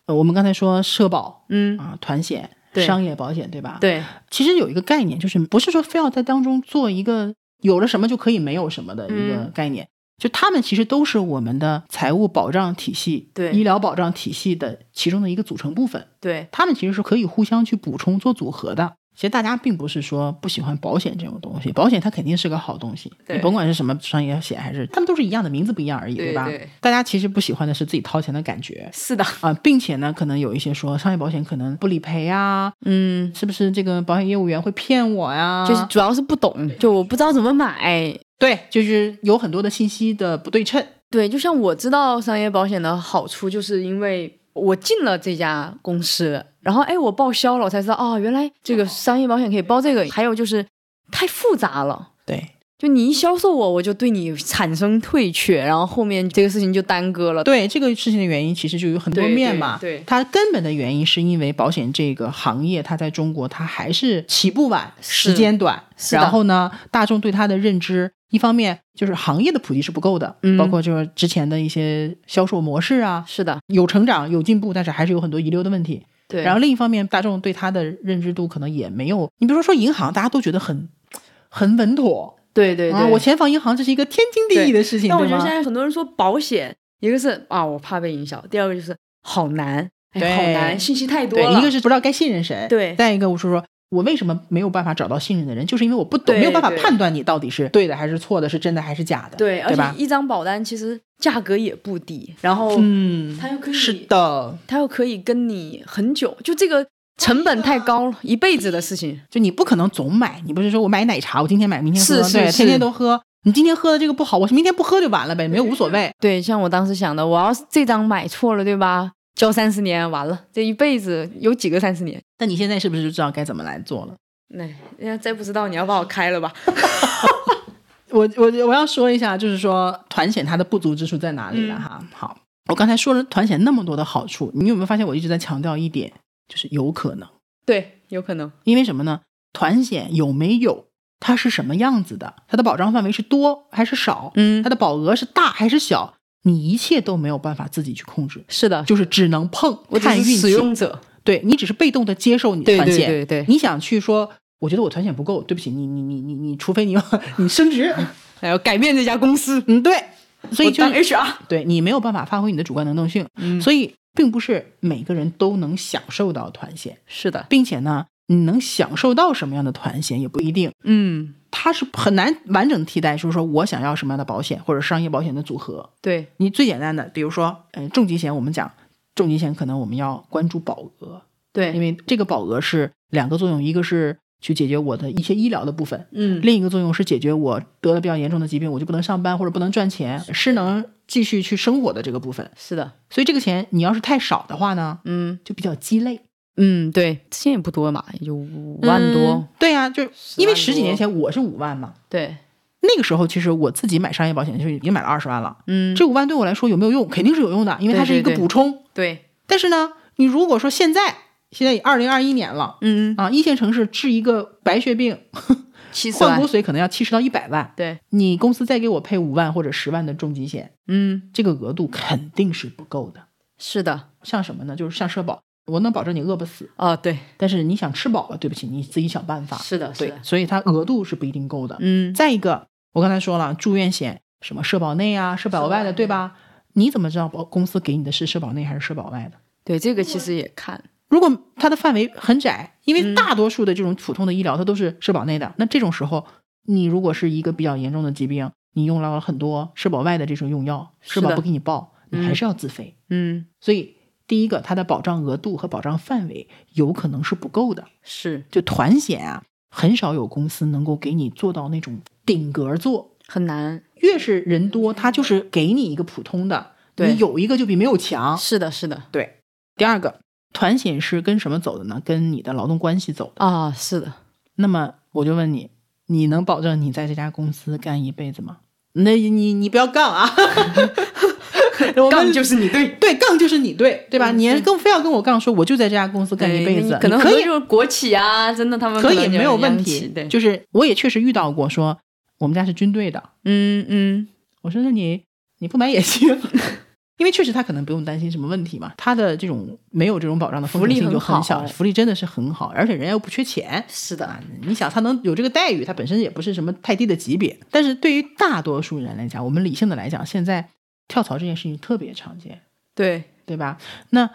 呃，我们刚才说社保，
嗯
啊，团险、
对
商业保险，对吧？。
对，
其实有一个概念，就是不是说非要在当中做一个有了什么就可以没有什么的一个
嗯
概念。就他们其实都是我们的财务保障体系、
对
医疗保障体系的其中的一个组成部分，
对，
他们其实是可以互相去补充做组合的。其实大家并不是说不喜欢保险这种东西，保险它肯定是个好东西，
对
你甭管是什么商业险还是，他们都是一样的，名字不一样而已，
对
吧
对？
大家其实不喜欢的是自己掏钱的感觉
是的，
啊、并且呢，可能有一些说商业保险可能不理赔啊，
嗯，啊
是不是这个保险业务员会骗我呀？
就是主要是不懂，就我不知道怎么买。
对，就是有很多的信息的不对称。
对，就像我知道商业保险的好处，就是因为我进了这家公司，然后哎，我报销了，我才知道哦，原来这个商业保险可以报这个。还有就是太复杂了。
对
就你一销售我，我就对你产生退却，然后后面这个事情就耽搁了。
对，这个事情的原因其实就有很多
对
面
对
嘛。
对
它根本的原因是因为保险这个行业，它在中国它还是起步晚，
是
时间短。
是的
然后呢，大众对它的认知，一方面就是行业的普及是不够的，
嗯
包括就是之前的一些销售模式啊，
是的，
有成长有进步，但是还是有很多遗留的问题。
对。
然后另一方面，大众对它的认知度可能也没有，你比如说说银行，大家都觉得很很稳妥，
对对对，
啊，我钱放银行这是一个天经地义的事情，
但我觉
对
得
吗
现在很多人说保险，一个是啊我怕被影响，第二个就是好难，
对
哎，好难，信息太多
对，
了。
一个是不知道该信任谁，
对
再一个我是说。我为什么没有办法找到信任的人？就是因为我不懂，
对
没有办法
对
判断你到底是对的还是错的，是真的还是假的，
对，而
对吧
且？一张保单其实价格也不低，然后
嗯，
它又可以
是的，
它又可以跟你很久，就这个成本太高了，一辈子的事情。
就你不可能总买，你不是说我买奶茶，我今天买，明天喝，
是是
对，
是
天天都喝。你今天喝的这个不好，我明天不喝就完了呗，没有无所谓。
对，像我当时想的，我要是这张买错了，对吧？交三十年完了，这一辈子有几个三十年？
但你现在是不是就知道该怎么来做了？
哎那人家再不知道，你要把我开了吧？
我我我要说一下，就是说团险它的不足之处在哪里
嗯
了哈。好，我刚才说了团险那么多的好处，你有没有发现我一直在强调一点，就是有可能，
对，有可能。
因为什么呢？团险有没有，它是什么样子的，它的保障范围是多还是少，
嗯
它，的保额是大还是小，你一切都没有办法自己去控制，
是的，
就是只能碰，
我只
看
是
运气。
使用者。
对你只是被动的接受你的
对
团
对
险，
对对
你想去说，我觉得我团险不够，对不起，你你你你你，除非你 你升职，
还要哎改变这家公司，
嗯，对，所以
我
就
当
是
HR。
对你没有办法发挥你的主观能动性，
嗯
所以并不是每个人都能享受到团险，
是的，
并且呢，你能享受到什么样的团险也不一定，
嗯，
它是很难完整替代，就是说我想要什么样的保险或者商业保险的组合，
对，
你最简单的，比如说，嗯、重疾险，我们讲重疾险可能我们要关注保额，因
对，
为这个保额是两个作用，一个是去解决我的一些医疗的部分，
嗯，
另一个作用是解决我得了比较严重的疾病，我就不能上班或者不能赚钱，是能继续去生活的这个部分。
是的，
所以这个钱你要是太少的话呢，
嗯
就比较鸡肋，
嗯，对，之前也不多嘛，也就五万多，
嗯对呀、就是因为
10万多
十几年前我是五万嘛，
对，那
那个时候其实我自己买商业保险就已经买了二十万了，
嗯，
这五万对我来说有没有用？肯定是有用的，因为它是一个
对对对
补充。
对，
但是呢，你如果说现在现在二零二一年了
嗯，
啊，一线城市治一个白血病，
七十
换
万
骨，髓可能要七十到一百万，
对，
你公司再给我配五万或者十万的重疾险，
嗯，
这个额度肯定是不够的。
是的，
像什么呢？就是像社保，我能保证你饿不死，
哦，对，
但是你想吃饱了，对不起，你自己想办法。
是的，是
对
的，，
所以它额度是不一定够的。
嗯，
再一个，我刚才说了，住院险什么社保内啊、社保外的，
社保内
对吧？你怎么知道保公司给你的是社保内还是社保外的？
对，这个其实也看，
如果它的范围很窄，因
嗯
为大多数的这种普通的医疗它都是社保内的，那这种时候，你如果是一个比较严重的疾病，你用到了很多社保外的这种用药，
是
社
的
保不给你报，你还是要自费。
嗯，
所以，第一个，它的保障额度和保障范围有可能是不够的。
是，
就团险啊，很少有公司能够给你做到那种顶格做，
很难。
越是人多，他就是给你一个普通的，
对
你有一个就比没有强。
哦是的，是的，
对，第二个，团险是跟什么走的呢？跟你的劳动关系走的。
啊，是的，
那么我就问你，你能保证你在这家公司干一辈子吗？那你你不要杠 啊！我们
杠就是你对。
对杠就是你对嗯对吧？你更非要跟我杠说我就在这家公司干一辈子，
对可能
你可
很多
以
就是国企啊，真的他们
可
能
以
就
没有
很
问
央
题
企对，
就是我也确实遇到过说我们家是军队的，
嗯嗯，
我说那你你不买也行， 因为确实他可能不用担心什么问题嘛，他的这种没有这种保障的风险性就很
福利
小，
很好
福利真的是很好，而且人家又不缺钱。
是的，
啊，你想他能有这个待遇，他本身也不是什么太低的级别。但是对于大多数人来讲，我们理性的来讲，现在跳槽这件事情特别常见，
对，
对吧？那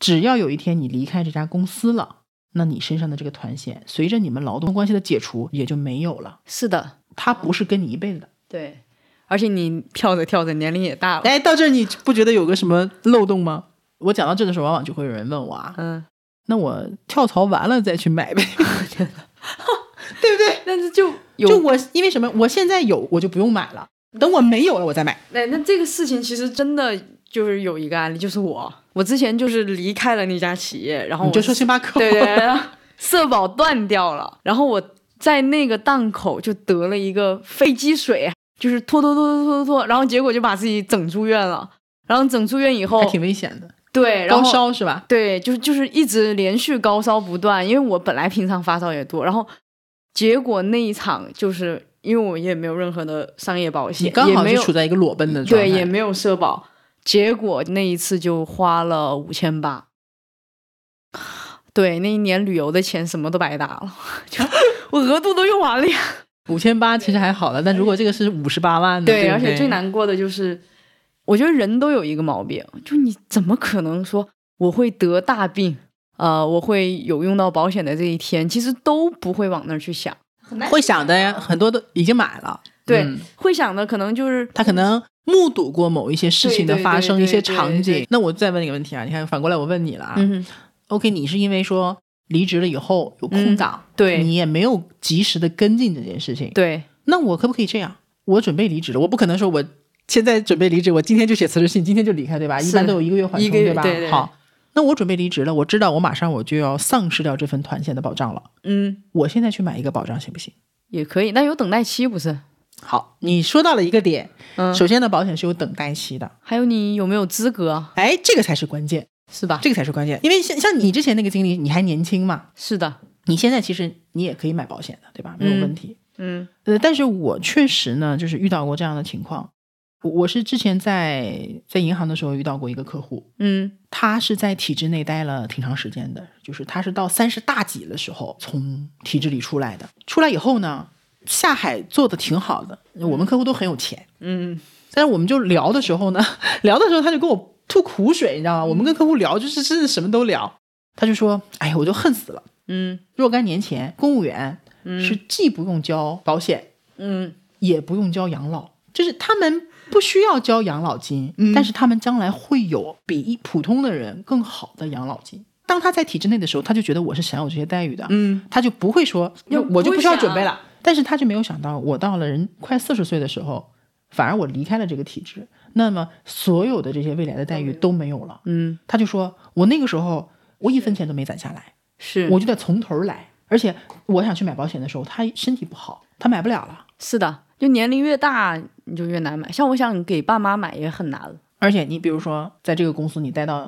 只要有一天你离开这家公司了，那你身上的这个团险，随着你们劳动关系的解除，也就没有了。
是的，
它不是跟你一辈子的。
对，而且你跳着跳着年龄也大了，
哎，到这儿你不觉得有个什么漏洞吗？ 我讲到这的时候，往往就会有人问我啊，
嗯，
那我跳槽完了再去买呗， 对不对？
但是就
就
有
我因为什么，我现在有我就不用买了，等我没有了我再买。
哎那那这个事情其实真的就是有一个案例，就是我，我之前就是离开了那家企业，然后
你
我
就说星巴 克，
对对对，社保断掉了，然后我在那个档口就得了一个肺积水，就是拖拖拖拖拖拖，然后结果就把自己整住院了。然后整住院以后
还，挺危险的，
对，然
高
后
烧是吧？
对，就是就是一直连续高烧不断，因为我本来平常发烧也多，然后结果那一场就是因为我也没有任何的商业保
你
险，
刚
也
好
没
是
有
处在一个裸奔的状态，
对，也没有社保，结果那一次就花了五千八。对，那一年旅游的钱什么都白打了， 就我额度都用完了呀。
五千八其实还好了，但如果这个是五十八万的，嗯对，
而且最。难过的就是，我觉得人都有一个毛病，就你怎么可能说我会得大病，呃，我会有用到保险的这一天，其实都不会往那儿去想。
会想的呀，很多都已经买了，
对，
嗯
会想的可能就是
他可能目睹过某一些事情的发生，
对对对
一些
对对
场景
对。
那我再问你个问题啊，你看反过来我问你了啊、
嗯，
o k 你是因为说离职了以后有空档，
嗯对
你也没有及时的跟进这件事情。
对，
那我可不可以这样？我准备离职了，我不可能说我现在准备离职，我今天就写辞职信，今天就离开，对吧？
是
一般都有一个月缓冲，
一个月
吧？
对对
好，那我准备离职了，我知道我马上我就要丧失掉这份团险的保障了，
嗯，
我现在去买一个保障行不行？
也可以，但有等待期不是？
好，你说到了一个点，
嗯，
首先呢，保险是有等待期的，
还有你有没有资格，啊
哎，这个才是关键。
是吧？
这个才是关键。因为像像你之前那个经历，你还年轻嘛，
是的，
你现在其实你也可以买保险的，对吧？没有问题。
嗯
呃，但是我确实呢，就是遇到过这样的情况。我我是之前在在银行的时候遇到过一个客户，
嗯
他是在体制内待了挺长时间的，就是他是到三十大几的时候从体制里出来的。出来以后呢，下海做的挺好的，我们客户都很有钱。
嗯，
但是我们就聊的时候呢， 聊的时候他就跟我吐苦水，你知道吗？我们跟客户聊就是真的什么都聊，他就说：“哎呀，我就恨死了！
嗯
若干年前，公务员是既不用交保险，
嗯
也不用交养老，就是他们不需要交养老金，但是他们将来会有比一普通的人更好的养老金。”当他在体制内的时候，他就觉得我是享有这些待遇的，
嗯，
他就不会说，
就
我就
不
不需要
想
准备了。但是他就没有想到，我到了人快四十岁的时候，反而我离开了这个体制，那么所有的这些未来的待遇都没有了。
嗯，
他就说，我那个时候我一分钱都没攒下来，
是，
我就得从头来。而且我想去买保险的时候，他身体不好，他买不了了。
是的，就年龄越大你就越难买。像我想给爸妈买也很难了。
而且你比如说，在这个公司你待到，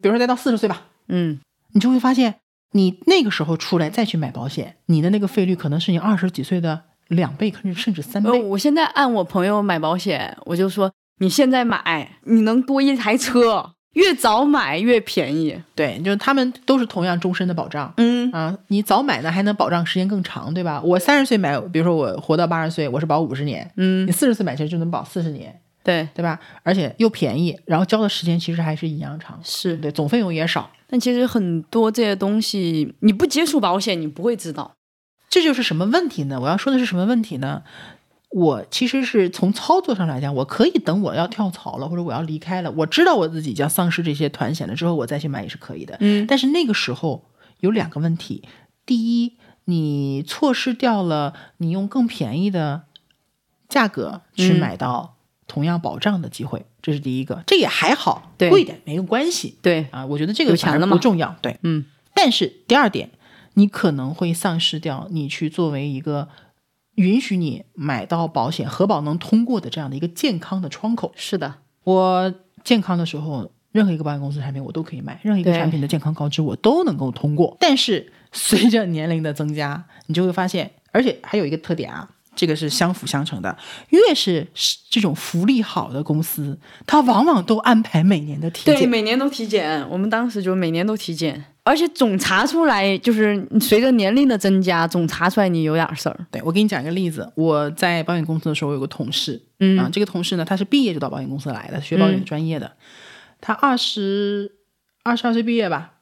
比如说待到四十岁吧，
嗯，
你就会发现，你那个时候出来再去买保险，你的那个费率可能是你二十几岁的两倍，甚至甚至三
呃
倍。
我现在按我朋友买保险，我就说你现在买，你能多一台车，越早买越便宜。
对，就是他们都是同样终身的保障。
嗯
啊，你早买呢，还能保障时间更长，对吧？我三十岁买，比如说我活到八十岁，我是保五十年，你
嗯，
四十岁买其实就能保四十年，
对，
对吧？而且又便宜，然后交的时间其实还是一样长，
是。
对，总费用也少。
但其实很多这些东西，你不接触保险，你不会知道。
这就是什么问题呢？我要说的是什么问题呢？我其实是从操作上来讲，我可以等我要跳槽了，或者我要离开了，我知道我自己将丧失这些团险了之后，我再去买也是可以的。
嗯
但是那个时候有两个问题：第一，你错失掉了你用更便宜的价格去
嗯
买到同样保障的机会，这是第一个。这也还好，
对
贵一点没有关系
对，
啊，我觉得这个
有钱
反而
了嘛
不重要。对，
嗯，
但是第二点，你可能会丧失掉你去作为一个允许你买到保险核保能通过的这样的一个健康的窗口。
是的，
我健康的时候，任何一个保险公司的产品我都可以买，任何一个
对
产品的健康告知我都能够通过。但是随着年龄的增加，你就会发现，而且还有一个特点啊，这个是相辅相成的。越是这种福利好的公司，它往往都安排每年的体
对，
检。
每年都体检，我们当时就每年都体检，而且总查出来就是随着年龄的增加，总查出来你有点事儿。
对我给你讲一个例子，我在保险公司的时候，我有个同事，
嗯
啊，这个同事呢，他是毕业就到保险公司来的，学保险专业的。他二十二十二岁毕业吧，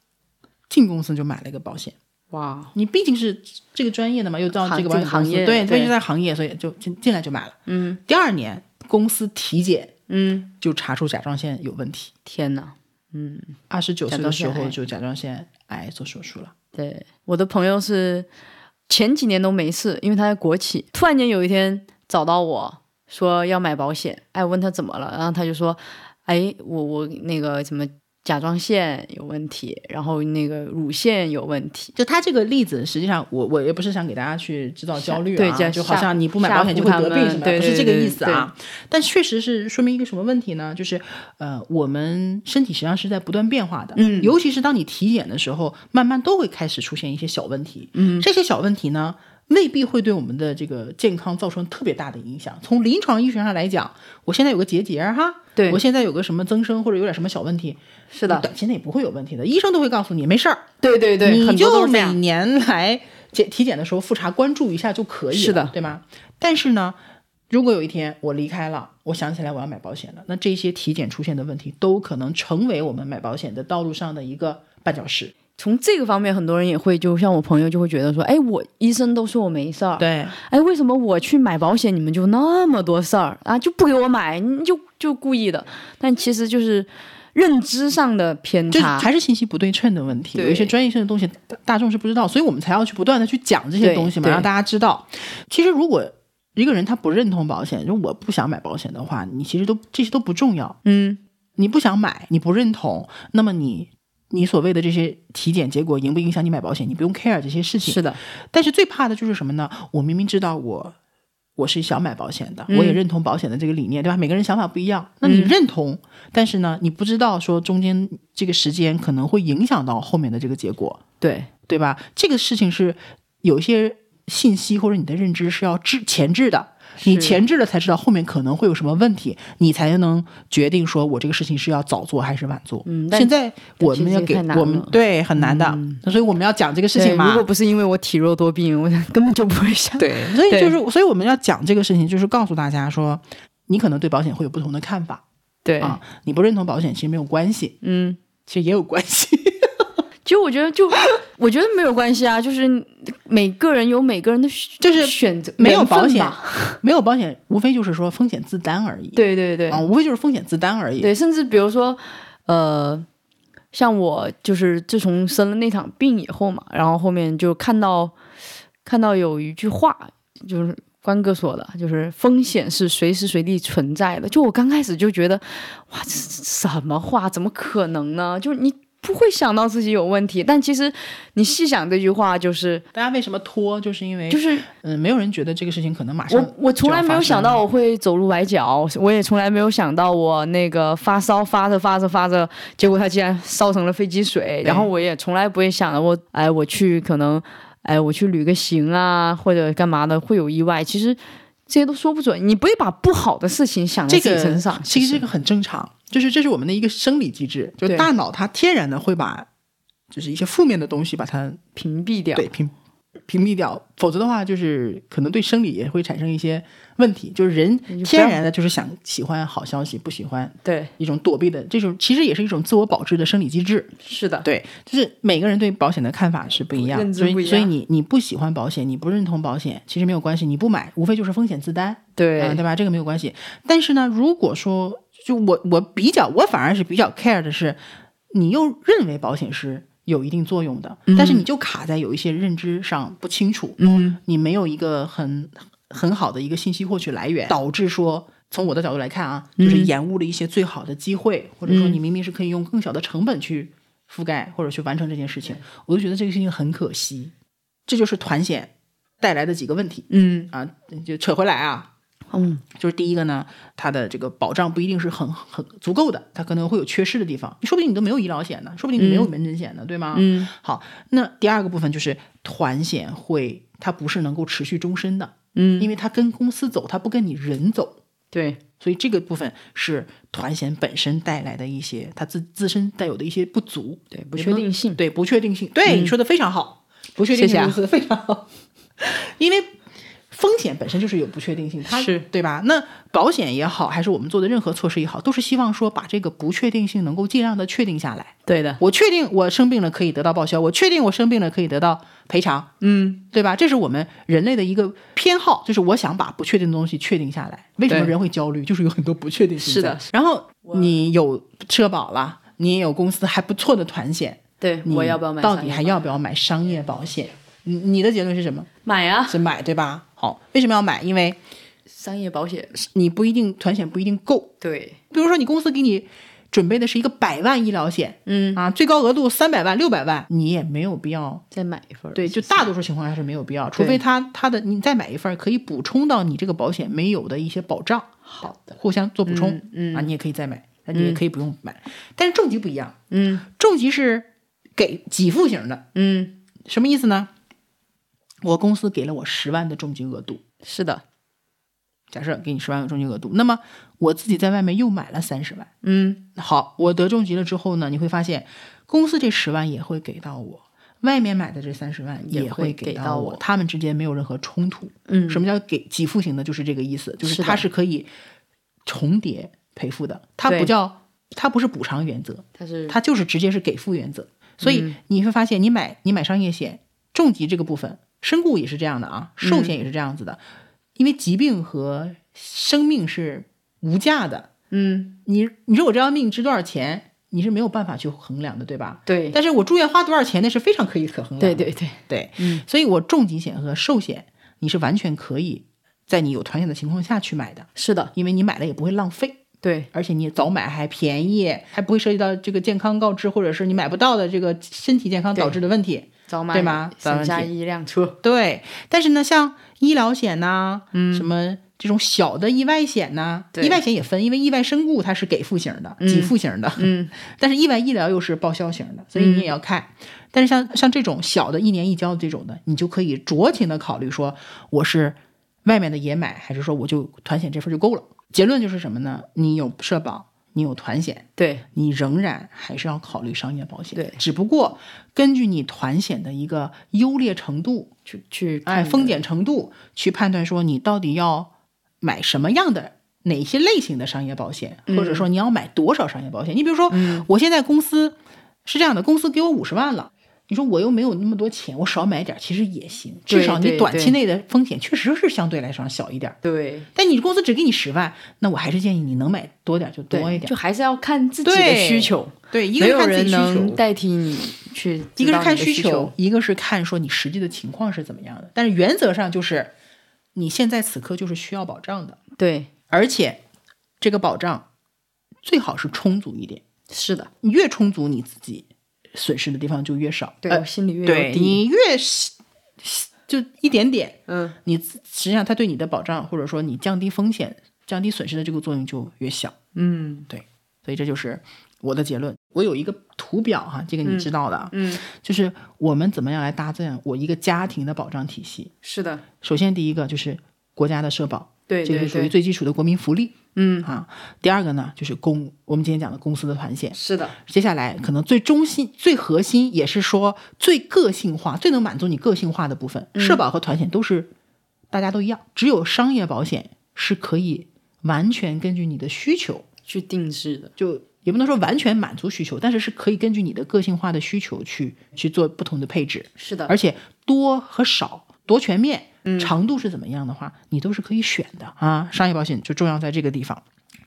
进公司就买了一个保险。
哇，
你毕竟是这个专业的嘛，又到
行
这个保险公司
这个行业
对，
对
所以就在行业，所以就进进来就买了。
嗯
第二年公司体检
嗯，
就查出甲状腺有问题，
天哪，嗯。
二十九岁
甲
的
状
时
腺
候
癌
就甲状腺癌做手术了。
对，我的朋友是前几年都没事，因为他在国企，突然间有一天找到我说要买保险，哎，我问他怎么了，然后他就说，哎，我我那个什么甲状腺有问题，然后那个乳腺有问题，
就他这个例子，实际上我我也不是想给大家去制造焦虑
对
啊，
这
就好
吓
像你不买保险就会得病什么
吓唬他
的，
们
不是这个意思
对对
啊。但确实是说明一个什么问题呢？就是呃，我们身体实际上是在不断变化的，
嗯
尤其是当你体检的时候，慢慢都会开始出现一些小问题，嗯，这些小问题呢。未必会对我们的这个健康造成特别大的影响。从临床医学上来讲，我现在有个结节儿哈，
对
我现在有个什么增生或者有点什么小问题，
是
你，短期内不会有问题的，医生都会告诉你没事儿，
嗯对对对，
你
很多
就
都是这
每
样，
年来检体检的时候复查关注一下就可以了，
是的
对吗？但是呢，如果有一天我离开了，我想起来我要买保险了，那这些体检出现的问题都可能成为我们买保险的道路上的一个绊脚石。
从这个方面，很多人也会，就像我朋友就会觉得说，哎，我医生都说我没事儿，
对，
哎，为什么我去买保险，你们就那么多事儿啊，就不给我买，你就就故意的？但其实就是认知上的偏
就是
差，
还是信息不对称的问题，
对
有一些专业性的东西大大众是不知道，所以我们才要去不断的去讲这些
对
东西嘛，
对
让大家知道。其实如果一个人他不认同保险，就我不想买保险的话，你其实都这些都不重要，
嗯，
你不想买，你不认同，那么你你所谓的这些体检结果影不影响你买保险，你不用 care 这些事情。
是的，
但是最怕的就是什么呢？我明明知道我我是想买保险的，
嗯
我也认同保险的这个理念，对吧？每个人想法不一样，那你认同，但是呢，你不知道说中间这个时间可能会影响到后面的这个结果，
对，
对吧？这个事情是有一些信息或者你的认知是要置前置的。你
是
前置了才知道后面可能会有什么问题，你才能决定说我这个事情是要早做还是晚做。
嗯但
现在我们要
这个
给
太难
我们
了嗯
对很难的，所以我们要讲这个事
对
情嘛。
如果不是因为我体弱多病，我根本就不会想。
对，所以
对
就是，所以我们要讲这个事情，就是告诉大家说，你可能对保险会有不同的看法
对，
啊，你不认同保险其实没有关系，
嗯，
其实也有关系。
其实我觉得就我觉得没有关系啊，就是每个人有每个人的选
就是
选择，
没有
缘分
保险
吧，
没有保险，无非就是说风险自担而已。
对对对
啊，无非就是风险自担而已。
对，甚至比如说，呃，像我就是自从生了那场病以后嘛，然后后面就看到看到有一句话，就是关哥说的，就是风险是随时随地存在的。就我刚开始就觉得，哇，这这什么话？怎么可能呢？就是你。不会想到自己有问题，但其实你细想这句话，就是
大家为什么拖，就是因为
就是
嗯，没有人觉得这个事情可能马上
我我从来没有想到我会走路崴脚，我也从来没有想到我那个发烧发着发着发着，结果它竟然烧成了肺积水。然后我也从来不会想到我哎我去可能哎我去旅个行啊或者干嘛的会有意外。其实这些都说不准，你不会把不好的事情想在
这
自己
个
身上。
其实这
个
个很正常，就是这是我们的一个生理机制，就
对
大脑它天然的会把就是一些负面的东西把它
屏蔽掉，
对屏屏蔽掉，否则的话就是可能对生理也会产生一些问题。就是人
你就不
天
要
然的就是想喜欢好消息，不喜欢
对
一种躲避的这种，其实也是一种自我保质的生理机制。
是的，
对，就是每个人对保险的看法是不一样，
认知
所以
不一样
所以你你不喜欢保险，你不认同保险，其实没有关系，你不买，无非就是风险自担。
对
啊，对吧？这个没有关系。但是呢，如果说就我我比较，我反而是比较 care 的是，你又认为保险是有一定作
嗯
用的，但是你就卡在有一些认知上不清楚，
嗯，
你没有一个很很好的一个信息获取来源，导致说从我的角度来看啊，就是延误了一些最好的机会，或者说你明明是可以用更小的成本去覆盖或者去完成这件事情，我就觉得这个事情很可惜。这就是团险带来的几个问题
嗯
啊，就扯回来啊，
嗯
就是第一个呢，它的这个保障不一定是很很足够的，它可能会有缺失的地方。说不定你都没有医疗险呢，说不定你没有门诊险呢，对吗？
嗯
好，那第二个部分就是团险会，它不是能够持续终身的，
嗯，
因为它跟公司走，它不跟你人走，
对，
所以这个部分是团险本身带来的一些它自自身带有的一些不足，
对不确定性
对不确定性，对、你说的非常好，不确定
嗯谢谢
性
啊
公司非常好， 因为。风险本身就是有不确定性，它
是
对吧？那保险也好，还是我们做的任何措施也好，都是希望说把这个不确定性能够尽量的确定下来。
对的，
我确定我生病了可以得到报销，我确定我生病了可以得到赔偿，
嗯，
对吧？这是我们人类的一个偏好，就是我想把不确定的东西确定下来。为什么
对
人会焦虑？就是有很多不确定性。
是的，
然后你有社保了，你也有公司还不错的团险，
对，
你
我要不要买
到
商业保？
底还要不要买商业保险？你你的结论是什么？
买啊？
是买对吧？好，为什么要买？因为
商业保险
你不一定团险不一定够，
对，
比如说你公司给你准备的是一个百万医疗险
嗯，
啊，最高额度三百万、六百万，你也没有必要
再买一份儿。
对，就大多数情况下是没有必要，除非他他的你再买一份儿可以补充到你这个保险没有的一些保障，
好的，
互相做补充、
嗯
啊，你也可以再买，那你也可以不用买。但是重疾不一样，
嗯
重疾是给给付型的，
嗯，
什么意思呢？我公司给了我十万的重疾额度，
是的，
假设给你十万的重疾额度，那么我自己在外面又买了三十万。
嗯
好，我得重疾了之后呢，你会发现公司这十万也会给到我，外面买的这三十万也
也会
会
给
到
到
我，
我
他们之间没有任何冲突。
嗯，
什么叫给给付型的？就是这个意思，就是
是的
它是可以重叠赔付的，它不
对
叫它不是补偿原则，
它是
它就是直接是给付原则。所
嗯
以你会发现，你买你买商业险，重疾这个部分，身故也是这样的啊，
嗯
寿险也是这样子的，因为疾病和生命是无价的。
嗯
你你说我这条命值多少钱，你是没有办法去衡量的，对吧？
对
但是我住院花多少钱，那是非常可以可衡量的。
对对对，
对，
嗯
所以我重疾险和寿险你是完全可以在你有团险的情况下去买的，
是的，
因为你买了也不会浪费，
对
而且你早买还便宜，还不会涉及到这个健康告知或者是你买不到的这个身体健康导致的问题。
早买
对吗早
省
买
下
几
一辆车。
对但是呢，像医疗险呐、什么这种小的意外险呐、
嗯对
意外险也分，因为意外身故它是给付型的、给付型的，
嗯，
但是意外医疗又是报销型的，所以你也要看。但是像像这种小的一年一交这种的，你就可以酌情的考虑说，我是外面的也买，还是说我就团险这份就够了。结论就是什么呢？你有社保，你有团险，
对
你仍然还是要考虑商业保险。
对
只不过根据你团险的一个优劣程度，
去去
哎，
看
风
的
险程度去判断说你到底要买什么样的。哪些类型的商业保险，或
嗯
者说你要买多少商业保险？你比如说，我现在公司是这样的，公司给我五十万了，你说我又没有那么多钱，我少买点儿其实也行，至
对
少你
对
短期
对
内的风险确实是相对来说小一点儿。
对
但你公司只给你十万，那我还是建议你能买多点儿就
对
多一点儿。
就还是要看自己的
对
需求，
对，一个
没
是
有
看自己
人
需
能
求，
代替你去
一
知
个是
道
看
你的
需
需
求，，一个是看说你实际的情况是怎么样的。但是原则上就是，你现在此刻就是需要保障的，
对，
而且这个保障最好是充足一点，
是的，
你越充足，你自己损失的地方就越少。
对
呃
我心里越
对
有底，
你越是就一点点，
嗯，
你自实际上它对你的保障或者说你降低风险、降低损失的这个作用就越小。
嗯
所以这就是我的结论。我有一个图表哈，这个你知道的啊，
嗯，
就是我们怎么样来搭建我一个家庭的保障体系。
是的，
首先，第一个就是国家的社保，
对
这个
对
是属于
对，
最基础的国民福利
嗯，
啊。第二个呢，就是公，我们今天讲的公司的团险。
是的，
接下来可能最中心、最核心，也是说最个性化、最能满足你个性化的部分，
嗯
社保和团险都是大家都一样，只有商业保险是可以完全根据你的需求
去定制的，
就也不能说完全满足需求，但是是可以根据你的个性化的需求去去做不同的配置，
是的，
而且多和少、多全面、长度是怎么样的话，你都是可以选的啊。商业保险就重要在这个地方。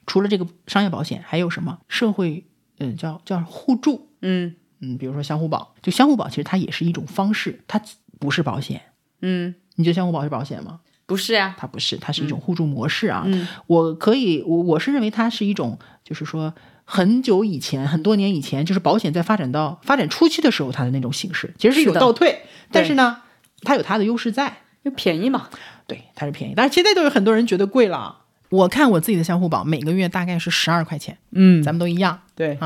除了这个商业保险，还有什么社会嗯叫叫互助，
嗯
嗯，比如说相互保，就相互保其实它也是一种方式，它不是保险。
嗯，
你觉得相互保是保险吗？
不是呀、
它不是，它是一种互助模式啊。
嗯
我可以，我我是认为它是一种，就是说很久以前、很多年以前，就是保险在发展到发展初期的时候，它的那种形式，其实是
是
有
的
倒退，但是呢，它有它的优势在，
又便宜嘛。
对，它是便宜。但是现在都有很多人觉得贵了。啊我看我自己的相互保每个月大概是十二块钱，
嗯，
咱们都一样。
对，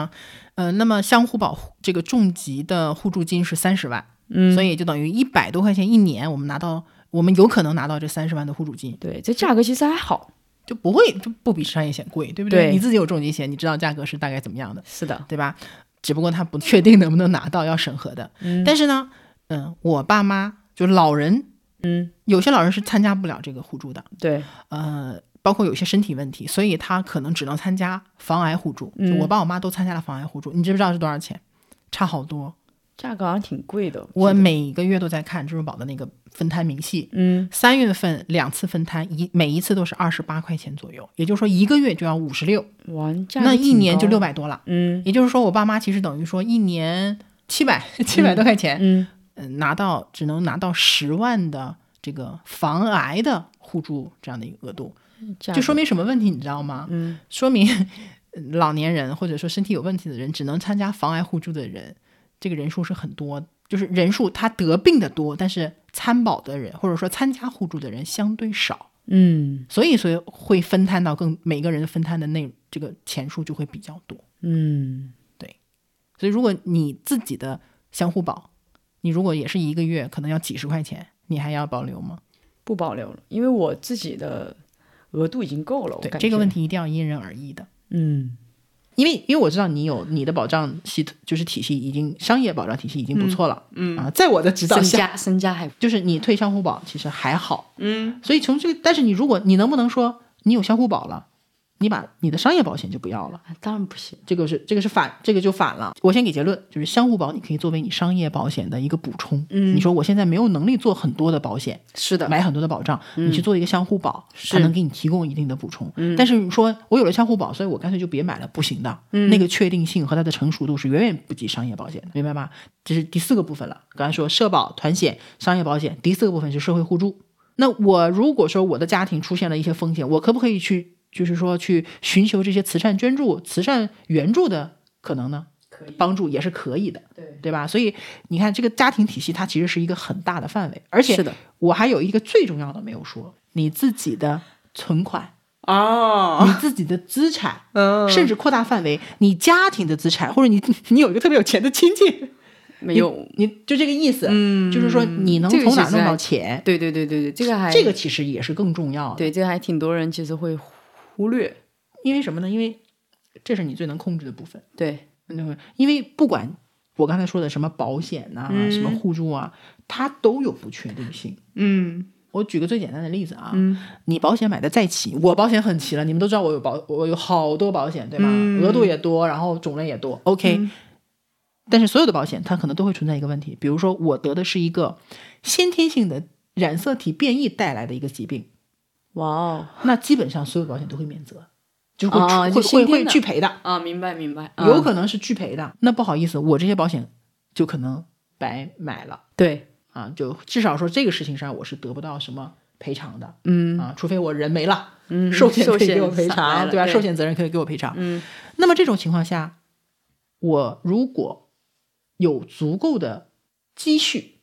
嗯、那么相互保这个重疾的互助金是三十万，
嗯，
所以就等于一百多块钱一年，我们拿到，我们有可能拿到这三十万的互助金。
对，这价格其实还好。
就不会就不比商业险贵，对不对？
对
你自己有重疾险，你知道价格是大概怎么样的，
是的，
对吧？只不过他不确定能不能拿到，要审核的。
嗯
但是呢，嗯，我爸妈就老人，
嗯，
有些老人是参加不了这个互助的，
对，
呃，包括有些身体问题，所以他可能只能参加防癌互助。
嗯
就我爸我妈都参加了防癌互助，你知不知道是多少钱？差好多。
价格好像挺贵的。
我
记得
每个月都在看支付宝的那个分摊明细，
嗯，
三月份两次分摊，一每一次都是二十八块钱左右，也就是说一个月就要五十六，
哇，价格
那一
挺
年就
高
六。百多了。
嗯
也就是说，我爸妈其实等于说一年七百 七百多块钱，
嗯，
嗯，拿到只能拿到十万的这个防癌的互助这样的一个额度，
嗯价
就
格
说明什么问题，你知道吗？
嗯，
说明嗯老年人或者说身体有问题的人，只能参加防癌互助的人，这个人数是很多，就是人数他得病的多，但是参保的人或者说参加互助的人相对少，
嗯
所以所以会分摊到更每个人分摊的内这个钱数就会比较多。
嗯，
所以如果你自己的相互保，你如果也是一个月可能要几十块钱，你还要保留吗？
不保留了，因为我自己的额度已经够了。我
对，
感
这个
觉
问，题一定要因人而异的。
嗯
因为因为我知道你有你的保障系统，就是体系已经商业保障体系已经不错了，嗯啊，在我的指导
身
下，
家身家还
就是你退相互保其实还好，嗯，所以从这个，但是你如果你能不能说你有相互保了，你把你的商业保险就不要了？
当然不行。
这个是这个是反这个就反了。我先给结论，就是相互保你可以作为你商业保险的一个补充。嗯，你说我现在没有能力做很多的保险，
是的，嗯
买很多的保障，你去做一个相互保，它能给你提供一定的补充。但是你说我有了相互保，所以我干脆就别买了，不行的。
嗯
那个确定性和它的成熟度是远远不及商业保险的，明白吗？这是第四个部分了。刚才说社保、团险、商业保险，第四个部分是社会互助。那我如果说我的家庭出现了一些风险，我可不可以去，就是说去寻求这些慈善捐助、慈善援助的可能呢？
可以
帮助也是可以的，
对
对吧？所以你看，这个家庭体系它其实是一个很大的范围，而且
是的
我还有一个最重要的没有说，你自己的存 款、
哦，
你自己的资产，
嗯
甚至扩大范围，你家庭的资产，或者你你有一个特别有钱的亲戚，
没有，
你就这个意思，嗯，就是说你能
这个
从哪
其实
弄到
还
钱，
对对对对对，这个还
这个其实也是更重要的，
对这个还挺多人其实会忽略。
因为什么呢？因为这是你最能控制的部分。
对，
嗯，因为不管我刚才说的什么保险呐、
嗯
什么互助啊，它都有不确定性。
嗯
我举个最简单的例子啊，
嗯
你保险买的再齐，我保险很齐了，你们都知道我有保，我有好多保险，对吧？
嗯
额度也多，然后种类也多，OK、
嗯
但是所有的保险它可能都会存在一个问题，比如说我得的是一个先天性的染色体变异带来的一个疾病，
哇哦
那基本上所有保险都会免责，就会出、
哦就
会会
先天
会
的
拒赔的。
啊，明白明白，
有
能
可能是拒赔的。那不好意思，我这些保险就可能白买了
嗯对，
啊，就至少说这个事情上我是得不到什么赔偿的
嗯
啊，除非我人没了，
嗯，
寿险可以
险
给我赔
散来
偿，
了
对吧？
对啊
寿险责任可以给我赔偿。
嗯
那么这种情况下，我如果有足够的积蓄，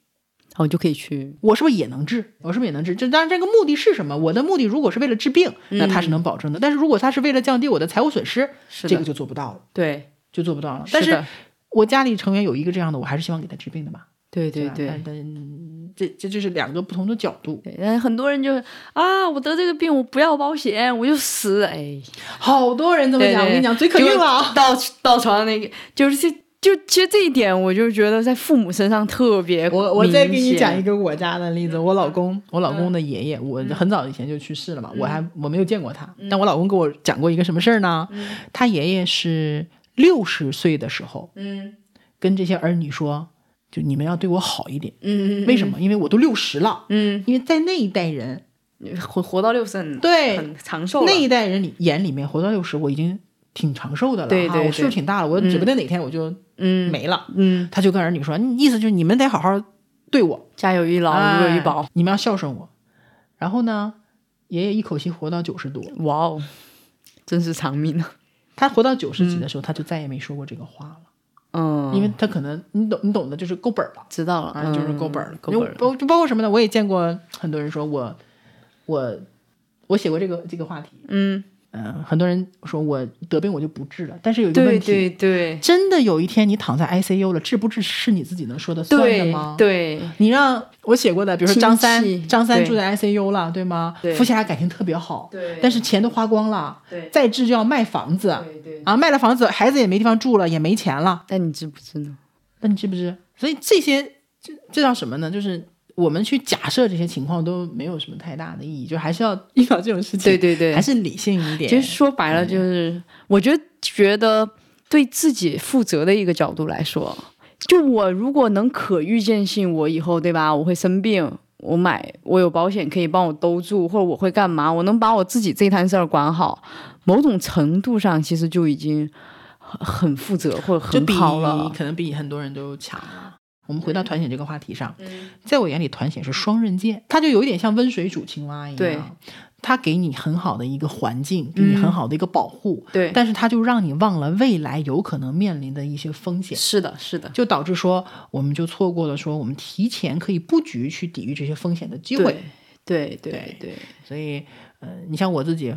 哦，就可以去
我是不是也能治？我是不是也能治？这当然，这个目的是什么？我的目的如果是为了治病，那它是能保证的；但是如果它是为了降低我的财务损失，
嗯是
这
的
个就做不到了，
对，
就做不到了。但是
的
我家里成员有一个这样的，我还是希望给他治病的嘛。
对对
吧
对。
但但这这就是两个不同的角度，
对，但是很多人就是啊，我得这个病，我不要保险，我就死。哎，
好多人这么
对
讲，
对
我跟你讲，嘴可
就
硬了啊。
到到床上那个，就是这就其实这一点，我就觉得在父母身上特别
我我再给你讲一
个，
个我家的例子，我老公，我老公的
嗯
爷爷，我很早以前就去世了嘛，我还我没有见过他，
嗯
但我老公给我讲过一个什么事儿呢？他爷爷是六十岁的时候
嗯
跟这些儿女说，就你们要对我好一点，
嗯，
为什么？因为我都六十了，
嗯，
因为在那一代人，
活活到六十很
对
很长寿了
那一代人里眼里面活到六十，我已经挺长寿的了，
对
哈
对
我岁数
对
挺大了，我指不定哪天我就
嗯
没了。
嗯，
他就跟儿女说，你意思就是你们得好好对我，
家有一老，如
哎
有一宝，
你们要孝顺我。然后呢，爷爷一口气活到九十多，
哇哦，真是长命 啊！
他活到九十几的时候，他就再也没说过这个话了，
嗯，
因为他可能你懂你懂的，就是够本儿了。
知道了，
啊，就是够本儿
嗯
了，
够
因
本
为
儿了。
包就包括什么呢？我也见过很多人说我我我写过这个这个话题，
嗯，
嗯、很多人说我得病我就不治了，但是有一个问
对
题，
对对
真的有一天你躺在 ICU 了，治不治是你自己能说的算的
对
吗？
对，
你让我写过的，比如说张三
亲戚，
张三
对
住在 ICU 了，对吗？
对
夫妻俩感情特别好，
对
但是钱都花光了，
对
再治就要卖房子，
对对。
啊，卖了房子，孩子也没地方住了，也没钱了，
但你知不知呢？
那你知不知？所以这些这这叫什么呢？就是我们去假设这些情况都没有什么太大的意义，就还是要遇到这种事情，
对对对
还，是理性一点。
其实说白了就是，我觉得觉得对自己负责的一个角度来说，就我如果能可预见性，我以后对吧，我会生病。我买，我有保险可以帮我兜住，或者我会干嘛？我能把我自己这摊事儿管好，某种程度上其实就已经很很负责或者
就
很
比
好了。
可能比很多人都强了。我们回到团险这个话题上，
嗯
在我眼里，团险是双刃剑，它就有一点像温水煮青蛙一
对嗯
样，它给你很好的一个环境，给你很好的一个保护，
对，
但是它就让你忘了未来有可能面临的一些风险。
是的，是的，
就导致说，我们就错过了说我们提前可以布局去抵御这些风险的机会
对。，对，对
对，
对，
所以，呃，你像我自己，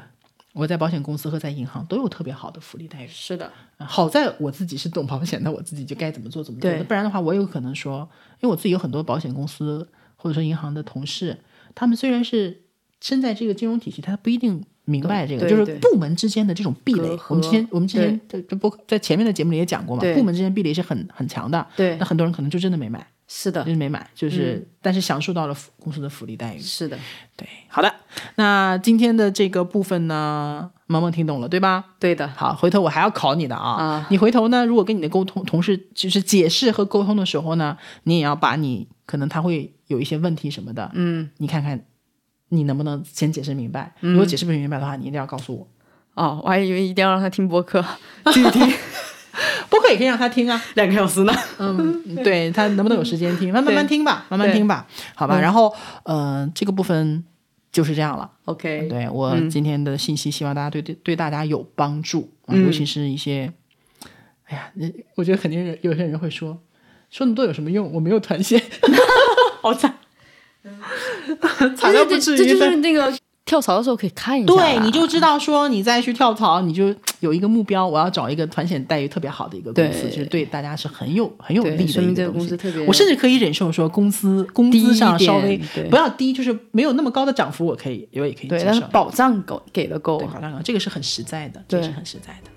我在保险公司和在银行都有特别好的福利待遇。
是的，
好在我自己是懂保险的，我自己就该怎么做怎么做的
对
不然的话，我有可能说，因为我自己有很多保险公司或者说银行的同事，他们虽然是身在这个金融体系，他不一定明白这个，
对
就是
对
部门之间的这种壁垒
隔。阂
我们之前我们之前在在播在前面的节目里也讲过嘛，
对
部门之间壁垒是很很强的。
对嗯
那，很多人可能就真的没买，
是的
就，是没买，就是、但是享受到了福公司的福利待遇。
是的，
对，好的，那今天的这个部分呢，萌萌听懂了对吧？
对的，
好，回头我还要考你的啊！
啊
你回头呢，如果跟你的沟通同事就是解释和沟通的时候呢，你也要把你可能他会有一些问题什么的，
嗯，
你看看你能不能先解释明白。如果解释不明白的话，你一定要告诉我。
哦，我还以为一定要让他听播客，
播客也可以让他听啊，
两个小时呢。
嗯，对他能不能有时间听，慢慢慢听吧，慢慢听吧，好
嗯
吧。然后，呃，这个部分就是这样了。
OK，
对嗯我今天的信息，希望大家对对对大家有帮助，啊尤其是一些，哎呀，那我觉得肯定有有些人会说，说那么多有什么用？我没有团 险，好惨，惨到不
这
至于。
这就
但
是那个跳槽的时候可以看一下啦，
对，你就知道说你再去跳槽，你就有一个目标，我要找一个团险待遇特别好的一个公司，
对
就是对大家是很有很有
对
利的一
说明
个
这个
东
公
西
司特别
我甚至可以忍受说工资工
低
资
一
上稍
点
微
对
不要低，就是没有那么高的涨幅，我可以我也可以
对，
接
但是
受。
保障够给的够
对，，保障感，这个是很实在的，这个
对
是很实在的。嗯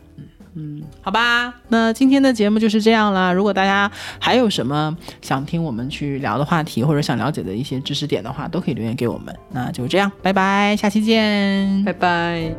嗯，好吧，那今天的节目就是这样啦。如果大家还有什么想听我们去聊的话题，或者想了解的一些知识点的话，都可以留言给我们。那就这样，拜拜，下期见。
拜拜。